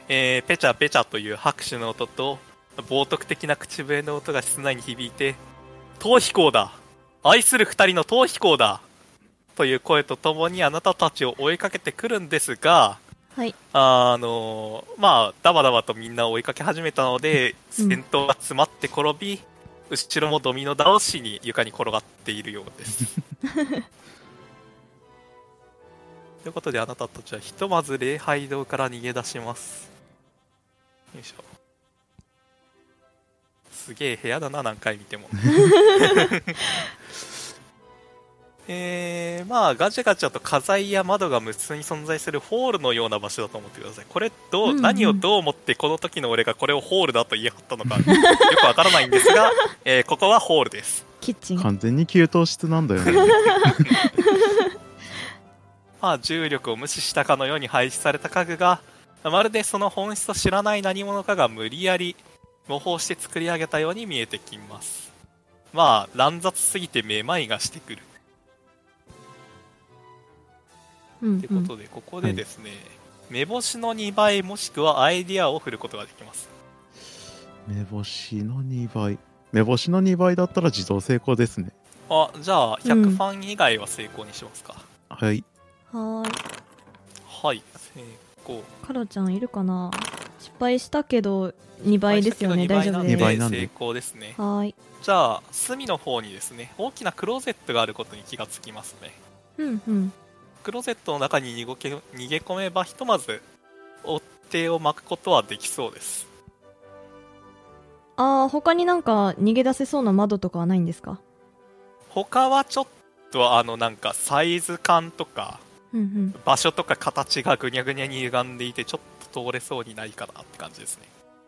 えーペチャペチャという拍手の音と、冒涜的な口笛の音が室内に響いて、逃避行だ愛する二人の逃避行だという声とともにあなたたちを追いかけてくるんですが、はいあのまあダバダバとみんな追いかけ始めたのでうん先頭が詰まって転び、後ろもドミノ倒しに床に転がっているようです ということであなたたちはひとまず礼拝堂から逃げ出しますよいしょすげえ部屋だな何回見ても えー、まあガチャガチャと家財や窓が無数に存在するホールのような場所だと思ってくださいこれどう、うんうん何をどう思ってこの 時の俺がこれをホールだと言い張ったのかよくわからないんですが、えーここはホールですキッチン完全に給湯室なんだよねまあ、重力を無視したかのように廃止された家具がまるでその本質を知らない何者かが無理やり模倣して作り上げたように見えてきますまあ乱雑すぎてめまいがしてくるうんってことで、ここでですね、目星の2倍もしくはアイディアを振ることができます目星の2倍目星の2倍だったら自動成功ですねあじゃあうん100ファン以外は成功にしますか、はいうんはーいはい成功カロちゃんいるかな失敗したけど2倍ですよね最大初丈の2夫で二倍倍なすなんんでで成功ですねはーいじゃあ隅の方にですね大きなクローゼットがあることに気がつきますねうんうんクローゼットの中に逃げ逃げ込めばひとまず追っ手を巻くことはできそうですあー他になんか逃げ出せそうな窓とかはないんですか他はちょっとあのなんかサイズ感とかうんうん場所とか形がぐにゃぐにゃに歪んでいてちょっと通れそうにないかなって感じですね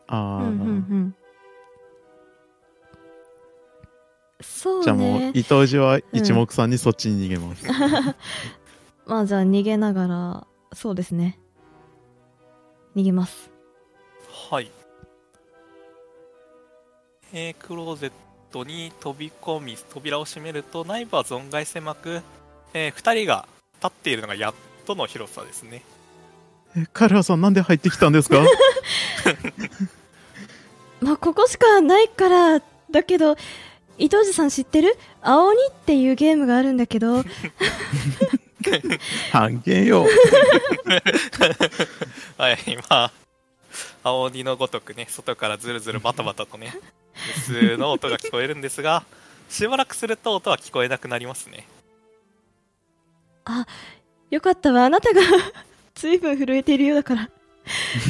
あうんー、うんうんそうねじゃあもう伊藤寺は一目散にそっちに逃げます、まあじゃあ逃げながらそうですね逃げますはいえークローゼットに飛び込み扉を閉めると内部は存外狭く、え2人が立っているのがやっとの広さですねえカルハさんなんで入ってきたんです かまあここしかないからだけど伊藤寺さん知ってる「青鬼」っていうゲームがあるんだけど半減よはい、今、青鬼のごとくね、外からずるずるバタバタとね、無数の音が聞こえるんですが、しばらくすると音は聞こえなくなりますね。よかったわあなたが 随分震えているようだから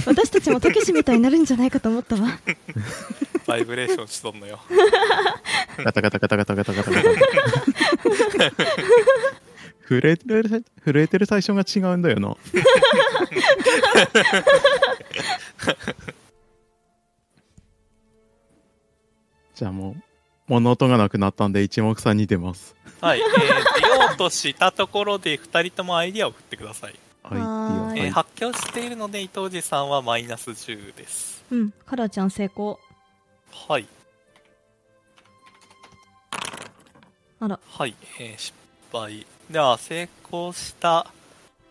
私たちもたけしみたいになるんじゃないかと思ったわバイブレーションしとんのよ。ガタガタガタガタガタガタガタ震えてる震えてる対象が違うんだよな じゃあもう物音がなくなったんで一目散に出ますはい、えー、出ようとしたところで2人ともアイディアを振ってください。はいはーいえーいいよはい発狂しているので、伊藤寺さんはマイナス10です。うんカラちゃん成功はい、あらはい、えー失敗。では、成功した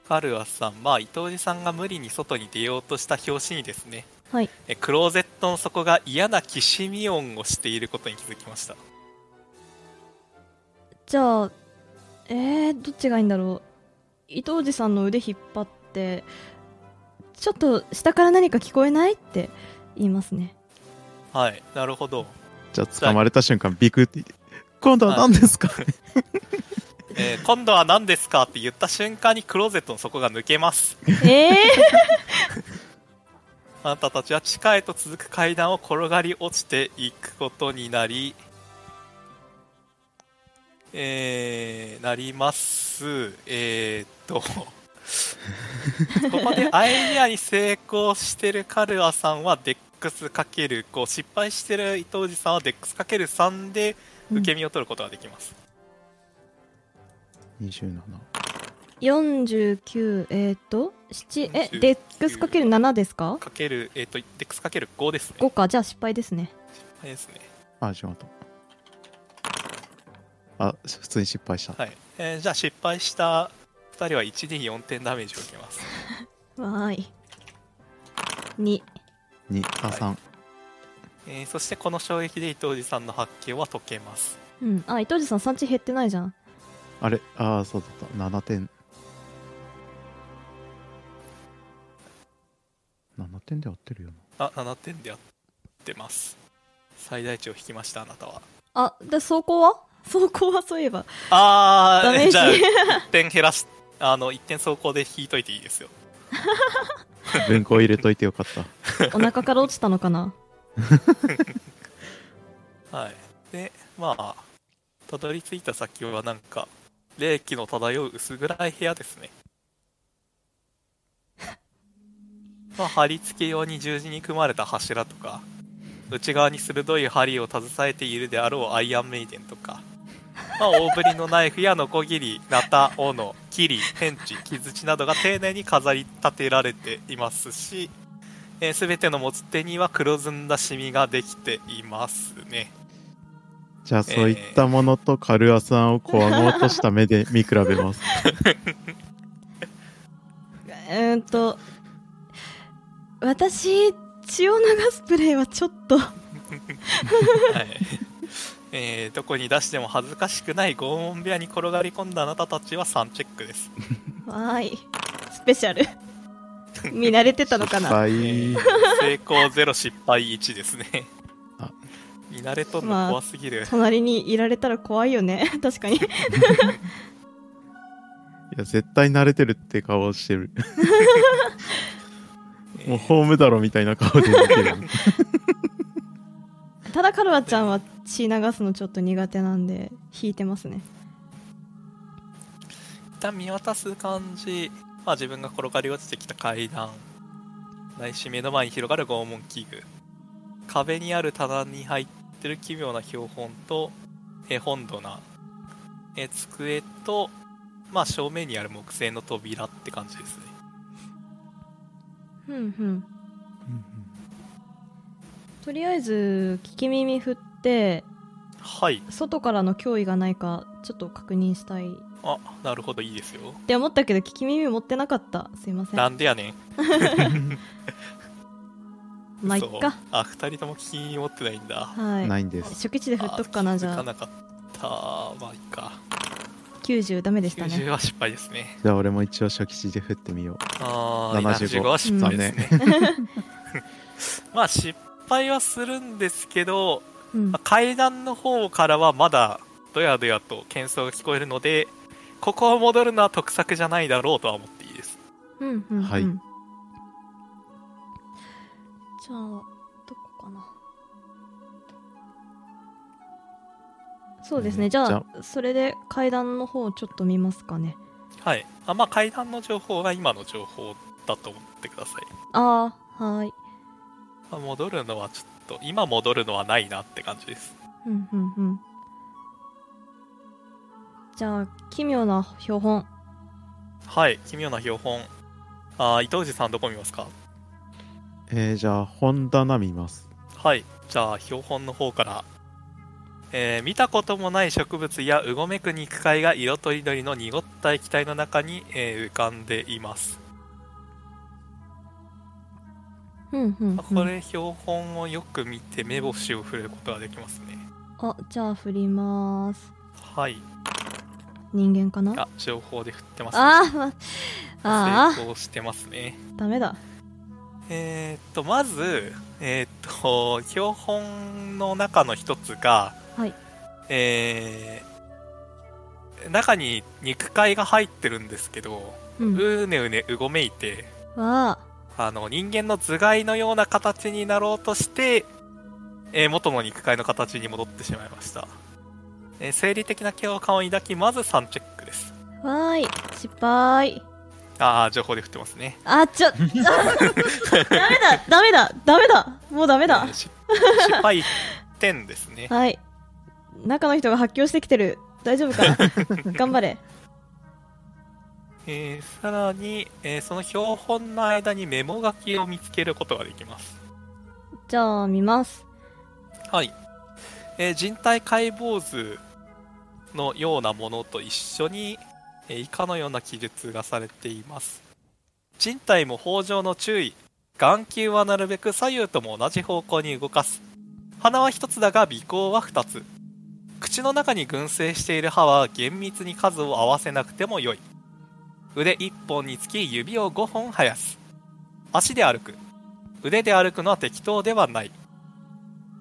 カルアさん、まあ、伊藤寺さんが無理に外に出ようとした拍子にですね、はいえクローゼットの底が嫌なきしみ音をしていることに気づきましたじゃあえー、どっちがいいんだろう伊藤寺さんの腕引っ張ってちょっと下から何か聞こえないって言いますねはいなるほど、じゃあ捕まれた瞬間ビクって今度は何ですかえー今度は何ですかって言った瞬間にクローゼットの底が抜けますえー、あなたたちは地下へと続く階段を転がり落ちていくことになりえー、なりますえー、っとここでアイディアに成功してるカルアさんはデックス ×5 失敗してる伊藤寺さんはデックス ×3 で受け身を取ることができます、 27 49えっ、ー、と7え49デックス ×7 ですかかけるえっ、とデックス ×5 ですね5かじゃあ失敗ですねはいですねあ仕事あ普通に失敗したはい、えーじゃあ失敗した2人は 1D4 点ダメージを受けますわーい2 2あ3えーそしてこの衝撃で伊藤寺さんの発狂は解けますうんあ伊藤寺さん産地減ってないじゃんあれああそうだった7点7点で合ってるよなあ7点でやってます最大値を引きましたあなたはあで走行は走行はそういえばあダメーー ジじゃあ1点減らしあの1点走行で引いといていいですよ文庫入れといてよ かったお腹から落ちたのかなはいでまあたどり着いた先はなんか冷気の漂う薄暗い部屋ですねまあ貼り付け用に十字に組まれた柱とか内側に鋭い針を携えているであろうアイアンメイデンとか、まあ、大ぶりのナイフやノコギリナタ斧切りペンチ傷地などが丁寧に飾り立てられていますし、えー、全ての持つ手には黒ずんだシミができていますねじゃあそういったものとカルアさんをこわごうとした目で見比べます。えーっと私血を流すプレイはちょっとはいえーどこに出しても恥ずかしくない拷問部屋に転がり込んだあなたたちは3チェックですわーいスペシャル見慣れてたのかなはいえー成功0失敗1ですねあ見慣れとんまあの怖すぎる、隣にいられたら怖いよね 確かにいや絶対慣れてるって顔をしてる。えーもうホームだろみたいな顔で見てる。ただカルワちゃんは血流すのちょっと苦手なんで引いてますね一旦見渡す感じ、まあ、自分が転がり落ちてきた階段ないし目の前に広がる拷問器具壁にある棚に入ってる奇妙な標本と、えー本棚、えー机と、まあ、正面にある木製の扉って感じですねふんふんとりあえず聞き耳振ってはい外からの脅威がないかちょっと確認したいっあなるほどいいですよて思ったけど聞き耳持ってなかったすいませんなんでやねんまあいっそうかあ二人とも気に持ってないんだはいないんです。初期値で振っとくかあなーじ気づゃかあなかったまあいいか90ダメでしたね90は失敗ですねじゃあ俺も一応初期値で振ってみよう。ああ75 75は失敗ですね、 まあ失敗はするんですけど、うんまあ階段の方からはまだドヤドヤと喧騒が聞こえるのでここを戻るのは得策じゃないだろうとは思っていいですうんうんうんはいじゃあどこかなそうですね、うんじじゃゃあそれで階段の方をちょっと見ますかねはいあまあ階段の情報が今の情報だと思ってください、ああはーいまあ戻るのはちょっと今戻るのはないなって感じですうんうんうんじゃあ奇妙な標本はい奇妙な標本あー伊藤寺さんどこ見ますかえー、じゃあ本棚見ます。はい、じゃあ標本の方から、えー見たこともない植物やうごめく肉塊が色とりどりの濁った液体の中に、えー浮かんでいます、うんうん、うん、まあこれ標本をよく見て目星を振ることができますねあじゃあ振りますはい人間かなあ情報で振ってますねあー、まあ成功してますねーダメだえーっとまずえーっと標本の中の一つがはいえー中に肉塊が入ってるんですけど、うんわうねうねうごめいてああの人間の頭蓋のような形になろうとして、えー元の肉塊の形に戻ってしまいました、えー生理的な共感を抱きまず3チェックですわーい失敗ああ情報で振ってますねあちょあダ メだダメだダメだもうダメだえーし失敗点ですねはい中の人が発狂してきてる大丈夫 かな頑張れえーさらに、えーその標本の間にメモ書きを見つけることができますじゃあ見ますはい、えー人体解剖図のようなものと一緒に、えー以下のような記述がされています人体も包状の注意眼球はなるべく左右とも同じ方向に動かす鼻は1つだが鼻孔は2つ口の中に群生している歯は厳密に数を合わせなくてもよい腕1本につき指を5本生やす足で歩く腕で歩くのは適当ではない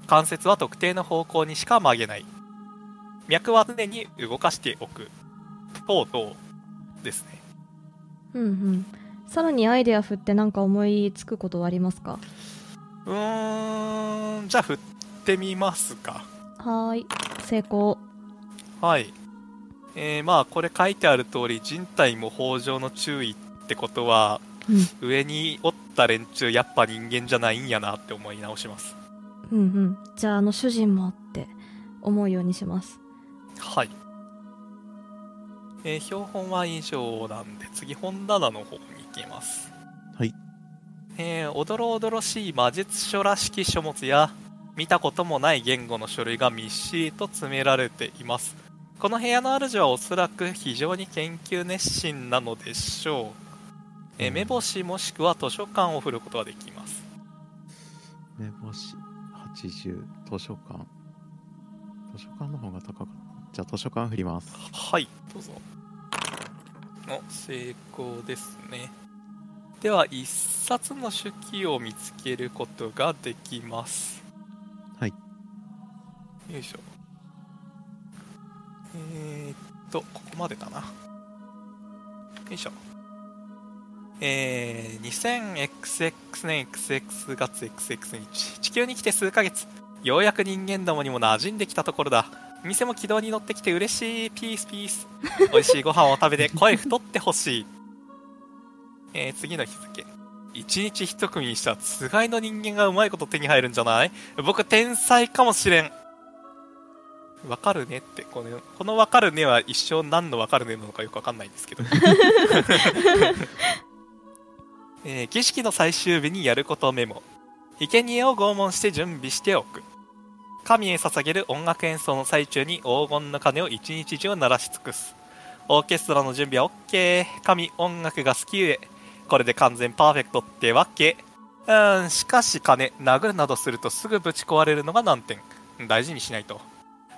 関節は特定の方向にしか曲げない脈は常に動かしておく等々ですねうんうんさらにアイデア振ってなんか思いつくことはありますかうーんじゃあ振ってみますかはーい成功はいえー、まあこれ書いてある通り人体も法上の注意ってことは、上におった連中やっぱ人間じゃないんやなって思い直しますうんうんじゃああの主人もって思うようにしますはい。えー標本は以上なんで、次本棚の方に行きます。はい。えー、おどろおどろしい魔術書らしき書物や、見たこともない言語の書類がみっしりと詰められています。この部屋の主はおそらく非常に研究熱心なのでしょう。えー目星もしくは図書館を振ることができます。目星80図書館図書館の方が高かったじゃあ図書館振りますはいどうぞお成功ですねでは一冊の手記を見つけることができますはいよいしょえー、っとここまでかなよいしょえー、2000XX 年 XX 月 XX 日地球に来て数ヶ月ようやく人間どもにも馴染んできたところだ店も軌道に乗ってきて嬉しいピースピース 美味しいご飯を食べて声太ってほしい、えー次の日付一日一組にしたらつがいの人間がうまいこと手に入るんじゃない僕天才かもしれんわかるねってこのこのわかるねは一生何のわかるねなのかよくわかんないんですけどえー儀式の最終日にやることメモ生贄を拷問して準備しておく神へ捧げる音楽演奏の最中に黄金の鐘を一日中鳴らし尽くすオーケストラの準備は OK 神音楽が好きゆえこれで完全パーフェクトってわけうーんしかし鐘殴るなどするとすぐぶち壊れるのが難点大事にしないと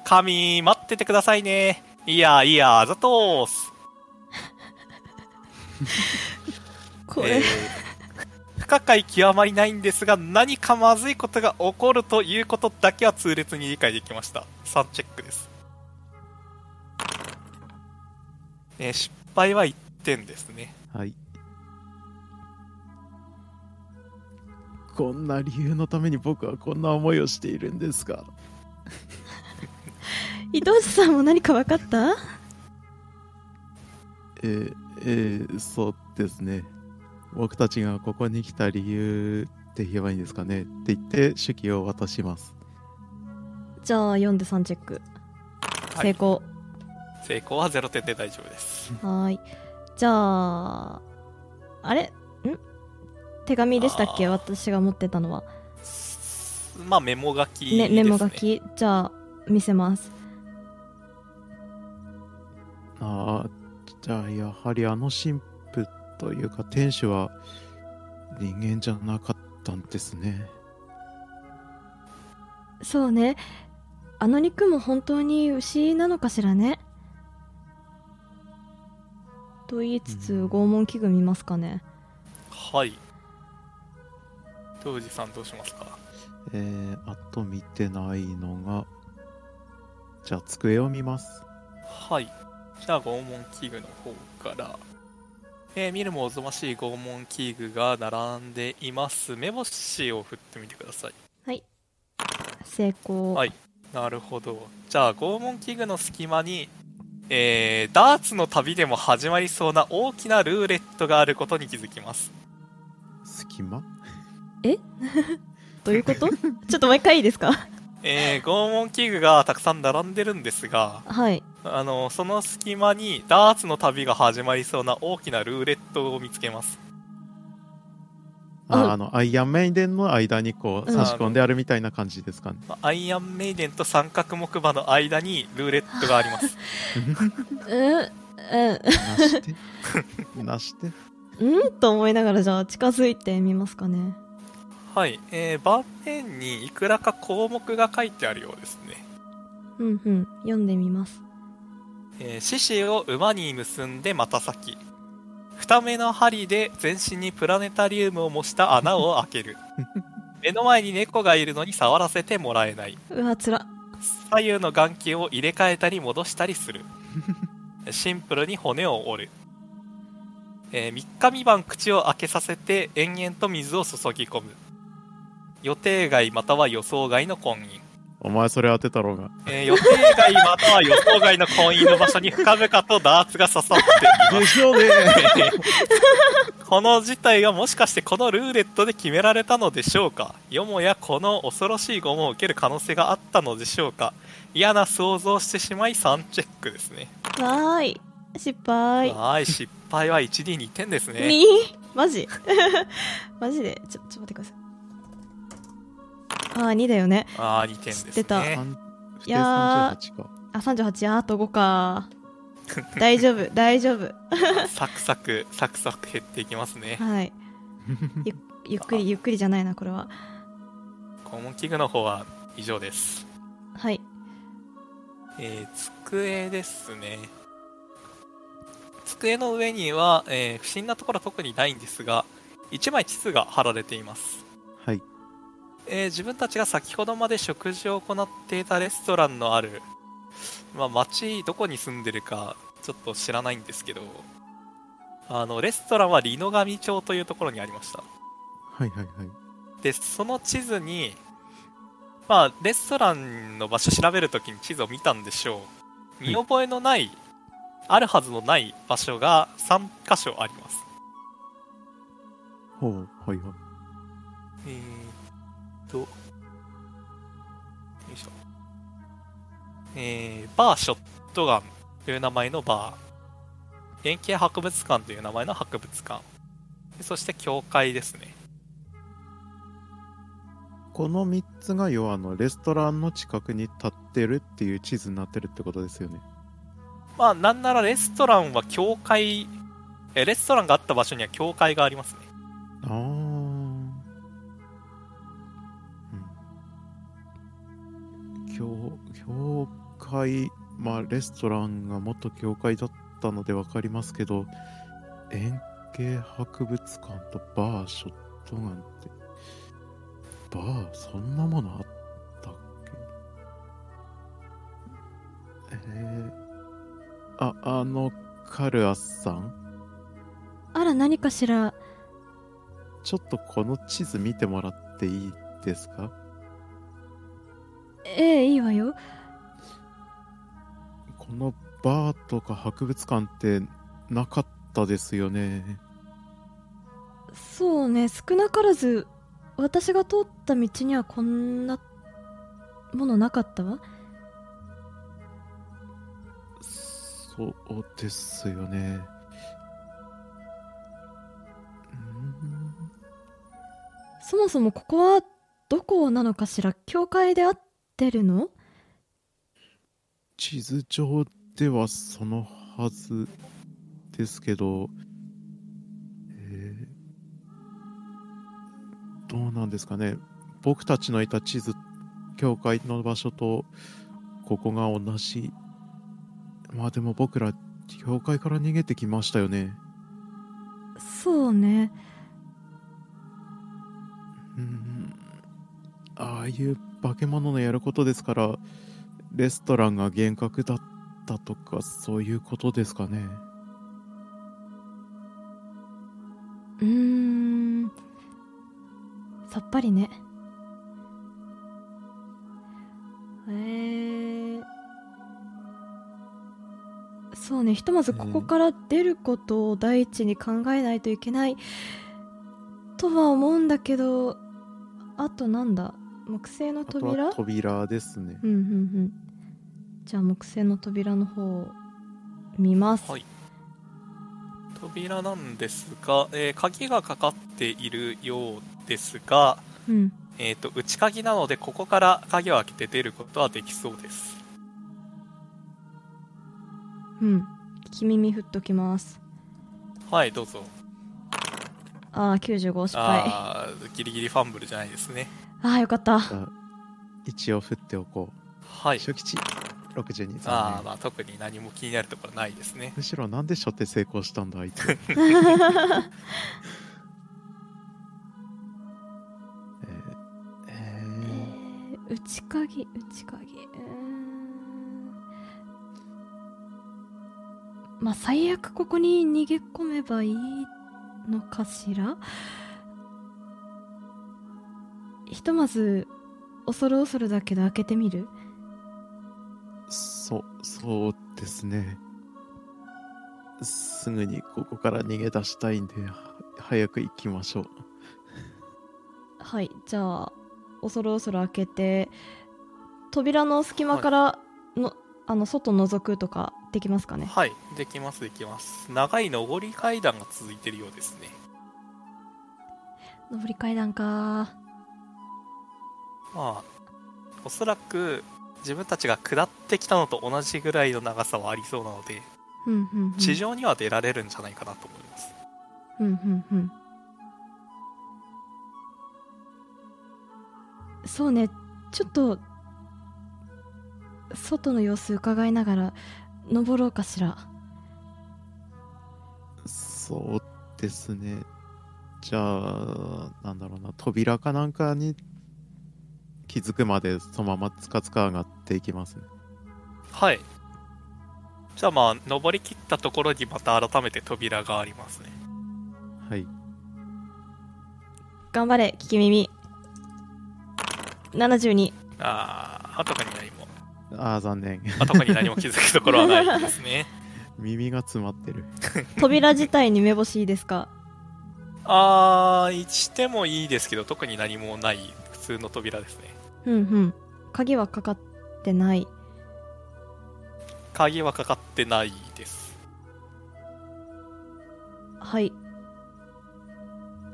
神待っててくださいねいやいやあざとーすこえれ、ー不可解極まりないんですが何かまずいことが起こるということだけは痛烈に理解できました3チェックです、えー失敗は1点ですねはいこんな理由のために僕はこんな思いをしているんですか伊藤さんも何か分かったえーえーそうですね僕たちがここに来た理由って言えばいいんですかねって言って手記を渡しますじゃあ読んで3チェックはい成功成功は0点で大丈夫 ですはーいじゃああれん手紙でしたっけあー私が持ってたのは、すまあメモ書きでねす、ねメモ書きじゃあ見せますああじゃあやはりあの神父というか天使は人間じゃなかったんですねそうねあの肉も本当に牛なのかしらねと言いつつうん拷問器具見ますかねはい当時さんどうしますかえー、あと見てないのがじゃあ机を見ますはいじゃあ拷問器具の方から、えー見るもおぞましい拷問器具が並んでいます目星を振ってみてください成功、はいなるほどじゃあ拷問器具の隙間にえーダーツの旅でも始まりそうな大きなルーレットがあることに気づきます隙間どうい うことちょっともう一回いいですかえー拷問器具がたくさん並んでるんですがはいあのその隙間にダーツの旅が始まりそうな大きなルーレットを見つけますあああのアイアンメイデンの間にこううん差し込んであるみたいな感じです かね、まあアイアンメイデンと三角木馬の間にルーレットがありますうんうんなしてなしてうんと思いながらじゃあ近づいてみますかねはい、えー、盤面にいくらか項目が書いてあるようですねうんうん読んでみますえー獅子を馬に結んでまた先二目の針で全身にプラネタリウムを模した穴を開ける目の前に猫がいるのに触らせてもらえないうわつら左右の眼球を入れ替えたり戻したりするシンプルに骨を折る、え3日三晩口を開けさせて延々と水を注ぎ込む予定外または予想外の婚姻お前それ当てたろうが。えー予定外または予想外の婚姻の場所に深々とダーツが刺さっていでます。しょうね。この事態はもしかしてこのルーレットで決められたのでしょうかよもやこの恐ろしいゴムを受ける可能性があったのでしょうか嫌な想像をしてしまい3チェックですね。わーい失敗はい、失敗は 1D2 点ですね。にマジ マジでちょちょっと待ってくださいああ2だよねああ、2点ですね。知ってたさん不い定や38か。あ38あと5か大丈夫大丈夫サクサク、サクサク減っていきますね。はいゆゆっくりゆっくりじゃないなこれはコモン器具の方は以上です。はいえー机ですね。机の上には、えー不審なところは特にないんですが、1枚地図が貼られています。はい。えー自分たちが先ほどまで食事を行っていたレストランのある、まあ、町どこに住んでるかちょっと知らないんですけどあのレストランはリノガミ町というところにありましたはいはいはい。でその地図にまあレストランの場所調べるときに地図を見たんでしょうはい見覚えのない、あるはずのない場所が3箇所ありますほう、はいはい。えーっと、よいしょ。えー、バーショットガンという名前のバー。円形博物館という名前の博物館。そして教会ですね。この3つが要はあのレストランの近くに立ってるっていう地図になってるってことですよね。まあ、なんならレストランは教会、えーレストランがあった場所には教会がありますね。ああ。うん。教、教会、まあレストランが元教会だったのでわかりますけど、円形博物館とバーショットガンって、バー、そんなものあったっけえー、あ、あの、カルアスさんあら何かしらちょっとこの地図見てもらっていいですかええいいわよこのバーとか博物館ってなかったですよね。そうね少なからず私が通った道にはこんなものなかったわそうですよね。うーんそもそもここはどこなのかしら教会で合ってるの地図上ではそのはずですけど、えーどうなんですかね僕たちのいた地図教会の場所とここが同じまあでも僕ら教会から逃げてきましたよねそうねうんああいう化け物のやることですからレストランが幻覚だったとかそういうことですかねうーんさっぱりねえー、そうねひとまずここから出ることを第一に考えないといけないとは思うんだけどあとなんだ木製のあとは扉扉ですねうんうんうんじゃあ木製の扉の方を見ます、はい。扉なんですが、えー鍵がかかっているようですが、うんえっ、と、内鍵なので、ここから鍵を開けて出ることはできそうです。うん聞き耳振っときますはい、どうぞ。ああ95失敗あああーギリギリファンブルじゃないですね。あーよかったあ一応振っておこうはい。初期値あ62残ー念まあ、特に何も気になるところないですね。むしろなんで初手成功したんだあいつえーええーー内鍵内鍵うーんまあ最悪ここに逃げ込めばいいのかしらひとまず恐る恐るだけど開けてみるそそうですねすぐにここから逃げ出したいんでは早く行きましょうはいじゃあ恐る恐る開けて扉の隙間からの、あの外覗くとかできますかねはいできますできます長い上り階段が続いてるようですね上り階段かまあおそらく自分たちが下ってきたのと同じぐらいの長さはありそうなのでうんうん、うん、地上には出られるんじゃないかなと思います、うんうんうんそうねちょっと外の様子伺いながら登ろうかしらそうですねじゃあなんだろうな扉かなんかに気づくまでそのままつかつか上がっていきますねはいじゃあまあ登り切ったところにまた改めて扉がありますねはい頑張れ聞き耳72ああ特に何も、あー残念 まあ、特に何も気づくところはないですね耳が詰まってる扉自体に目星いいですか あーしてもいいですけど特に何もない普通の扉ですねうんうん鍵はかかってない鍵はかかってないですはい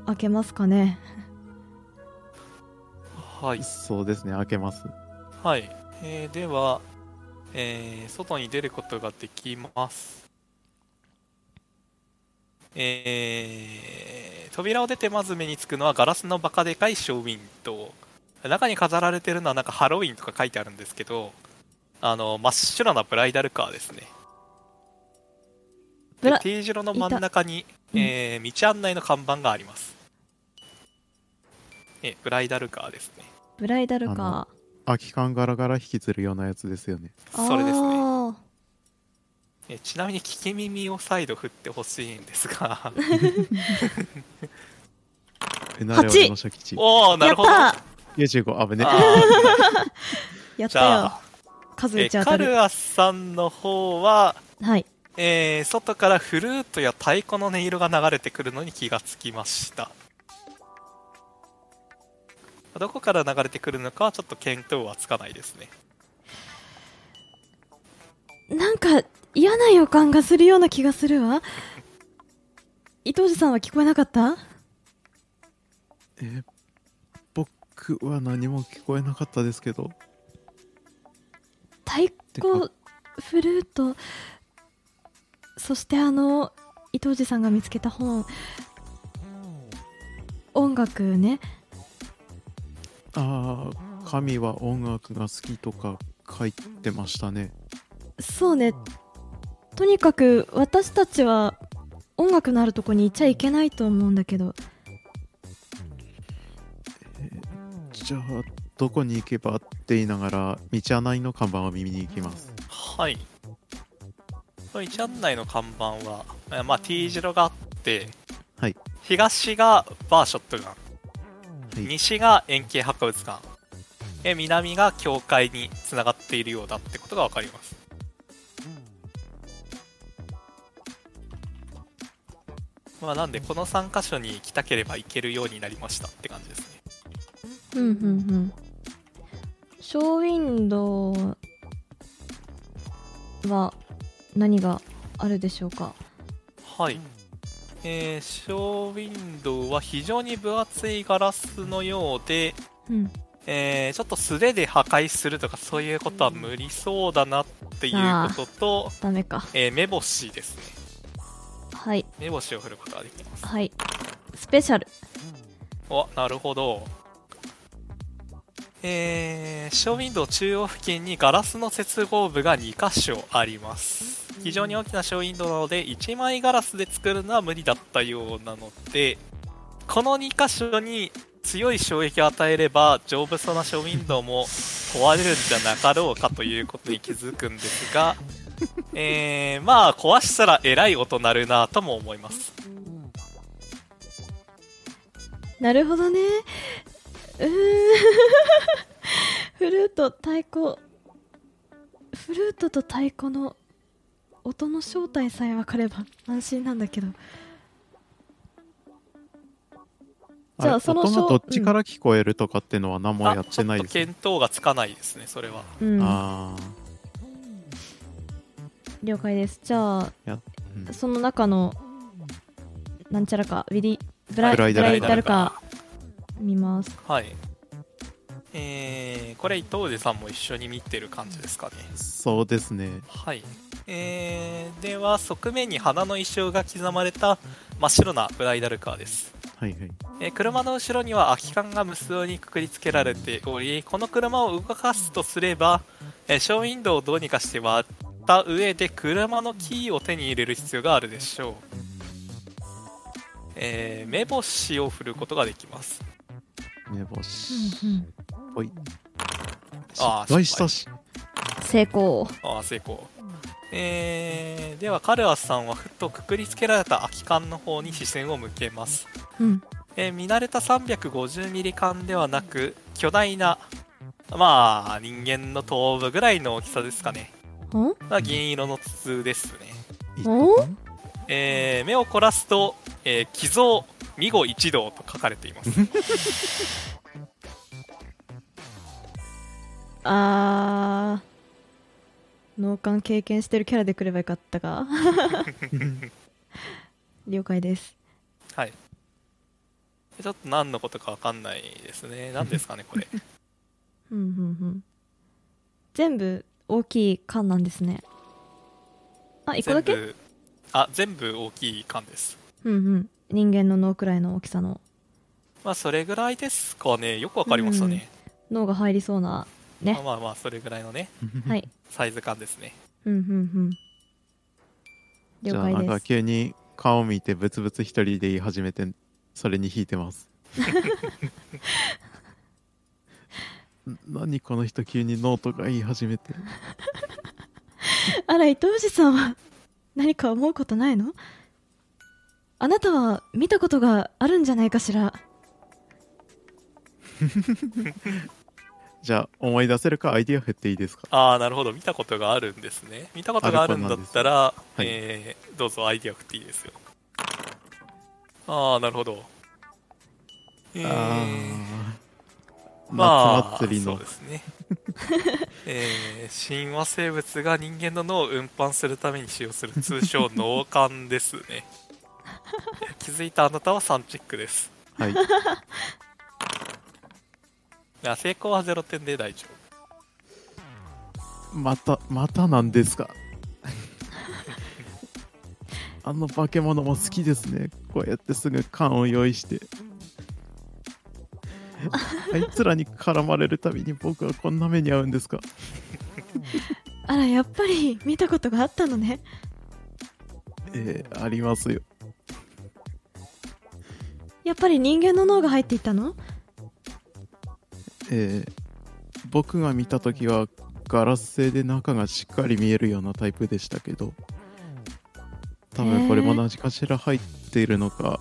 開けますかねはいそうですね開けますはい、えーでは、えー外に出ることができます。えー扉を出てまず目につくのはガラスのバカでかいショーウィンドウ中に飾られてるのはなんかハロウィンとか書いてあるんですけどあの真っ白なブライダルカーですねブでラ定色の真ん中に、いたえー道案内の看板があります、えブライダルカーですねブライダルあかの空き缶ガラガラ引きずるようなやつですよねそれですねあーえちなみに聞き耳を再度振ってほしいんです がうなれ俺の初期値おおなやるっほどた95危ねあやーっじたゃよあ、数え打ち当カたるルアさんの方は、はいえー外からフルートや太鼓の音色が流れてくるのに気がつきましたどこから流れてくるのかはちょっと見当はつかないですねなんか嫌な予感がするような気がするわ伊藤寺さんは聞こえなかったえ僕は何も聞こえなかったですけど太鼓フルートそしてあの伊藤寺さんが見つけた本音楽ねああ神は音楽が好きとか書いてましたねそうねとにかく私たちは音楽のあるとこにいちゃいけないと思うんだけどじゃあどこに行けばって言いながら道案内の看板を耳に行きますはいこの一案内の看板は、えーまあ、T 字路があって、はい東がバーショットガンい西が円形博物館え南が教会につながっているようだってことが分かりますまあなんでこの3箇所に行きたければ行けるようになりましたって感じですねうんうんうんショーウィンドウは何があるでしょうかはいえーショーウィンドウは非常に分厚いガラスのようで、うんえーちょっと素手で破壊するとかそういうことは無理そうだなっていうことと、ダメかえー目星ですねはい目星を振ることができますはいスペシャルおなるほどえー、ショーウィンドウ中央付近にガラスの接合部が2箇所あります非常に大きなショーウィンドウなので1枚ガラスで作るのは無理だったようなのでこの2箇所に強い衝撃を与えれば丈夫そうなショーウィンドウも壊れるんじゃなかろうかということに気づくんですが えー、まあ壊したらえらい音鳴るなとも思いますなるほどねうーん フルート太鼓フルートと太鼓の音の正体さえ分かれば安心なんだけどじゃあれその音が小どっちから聞こえるとかってのは何もやあっちてょなっいとです、ね見当がつかないですねそれはうんああ了解ですじゃあやうんその中のなんちゃらかビリブラブライダルブダルか見ますはいえー、これ伊藤寺さんも一緒に見てる感じですかねそうですねはいえー、では側面に花の衣装が刻まれた真っ白なブライダルカーですはいはいえー車の後ろには空き缶が無数にくくりつけられておりこの車を動かすとすれば、えーショーウィンドウをどうにかして割った上で車のキーを手に入れる必要があるでしょう、えー目星を振ることができます目星、うんうんおいあー失敗したし成功ああ成功えーではカルアスさんはふっとくくりつけられた空き缶の方に視線を向けますうんえー見慣れた 350mm 缶ではなく巨大なまあ人間の頭部ぐらいの大きさですかね、おまあ、銀色の筒ですね、おえー目を凝らすと「えー寄贈見後一同」と書かれていますあー脳幹経験してるキャラで来ればよかった か了解ですはいちょっと何のことかわかんないですね何ですかね これうんうんうん全部大きい缶なんですねあ一個だ全け部あ全部大きい缶ですうんうん人間の脳くらいの大きさのまあそれぐらいですかねよくわかりましたね、脳が入りそ うなうんまあまあまあそれぐらいのねはいサイズ感ですねうんうんうんじ了ゃあなん解でかす急に顔見てブツブツ一人で言い始めてそれに引いてます ん何この人急にノートが言い始めてあら伊藤氏さんは何か思うことないのあなたは見たことがあるんじゃないかしらじゃあ思い出せるかアイディア振っていいですかああなるほど見たことがあるんですね見たことがあるんだったら、ある子なんですはいえーどうぞアイディア振っていいですよああなるほどえーあーまあ夏祭りそうのですねえー神話生物が人間の脳を運搬するために使用する通称脳幹ですね 気づいたあなたは3チェックですはいあ成功は0点で大丈夫またまたなんですか あの化け物も好きですねこうやってすぐ缶を用意して あいつらに絡まれるたびに僕はこんな目に遭うんですかあらやっぱり見たことがあったのねえー、ありますよやっぱり人間の脳が入っていたのえー、僕が見た時はガラス製で中がしっかり見えるようなタイプでしたけど多分これも何かしら入っているのか、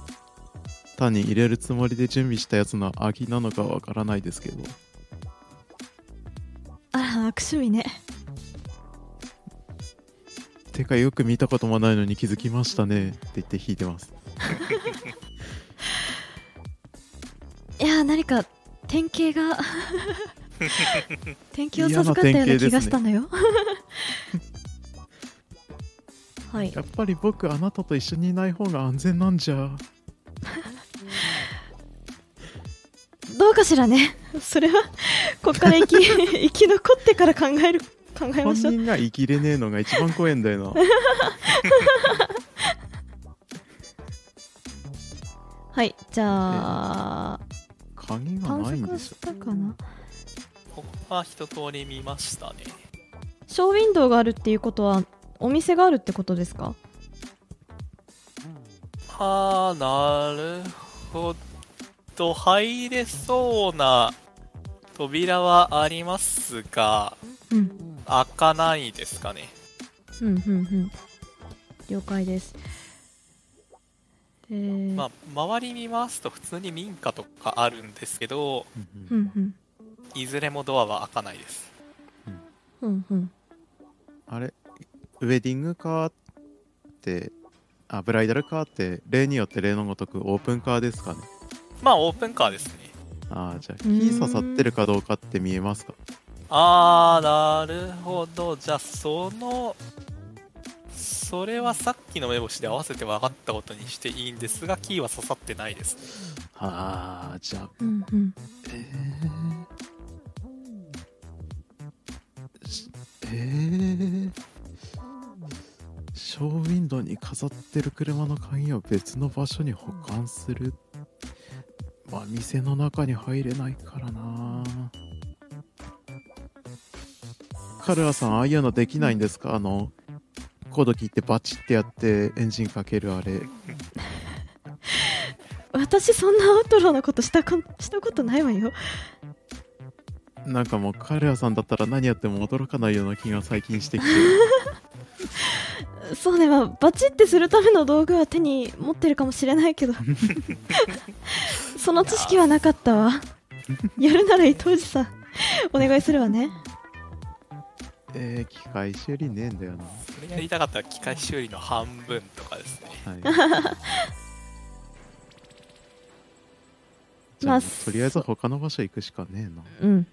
単に入れるつもりで準備したやつの空きなのかわからないですけどあら悪趣味ねてかよく見たこともないのに気づきましたねって言って弾いてますいやー何か典型 が典型を授かったよ嫌うなな典型気でがすしねたのよはいやっぱり僕あなたと一緒にいない方が安全なんじ ゃどうかしらねそれはこっから 生き生き残ってから考える考え本ましょう人が生きれねえのが一番怖えんだよな はいじゃあ鍵が探ないんで索しょしたかなここは一通り見ましたねショーウィンドウがあるっていうことはお店があるってことですかあーなるほど入れそうな扉はありますがうん開かないですかねうんうんうん了解ですえー、まあ周り見ますと普通に民家とかあるんですけどうんうんうんうんいずれもドアは開かないですうんうんあれウェディングカーってあブライダルカーって例によって例のごとくオープンカーですかねまあオープンカーですねああじゃあ木刺さってるかどうかって見えますかあーなるほどじゃあそのそれはさっきの目星で合わせて分かったことにしていいんですがキーは刺さってないですああじゃあうんうんえーしえーショーウィンドウに飾ってる車の鍵を別の場所に保管するまあ店の中に入れないからなカルアさんああいうのできないんですかあのコード切ってバチってやってエンジンかけるあれ私そんなアウトローなことしたこしたことないわよなんかもうカルアさんだったら何やっても驚かないような気が最近してきてそうねまあバチってするための道具は手に持ってるかもしれないけど その知識はなかったわやるなら伊藤寺さんお願いするわねえー、機械修理ねえんだよな。それやりたかったら機械修理の半分とかですねはい。じゃまあ、あとりあえず他の場所行くしかねえな。うん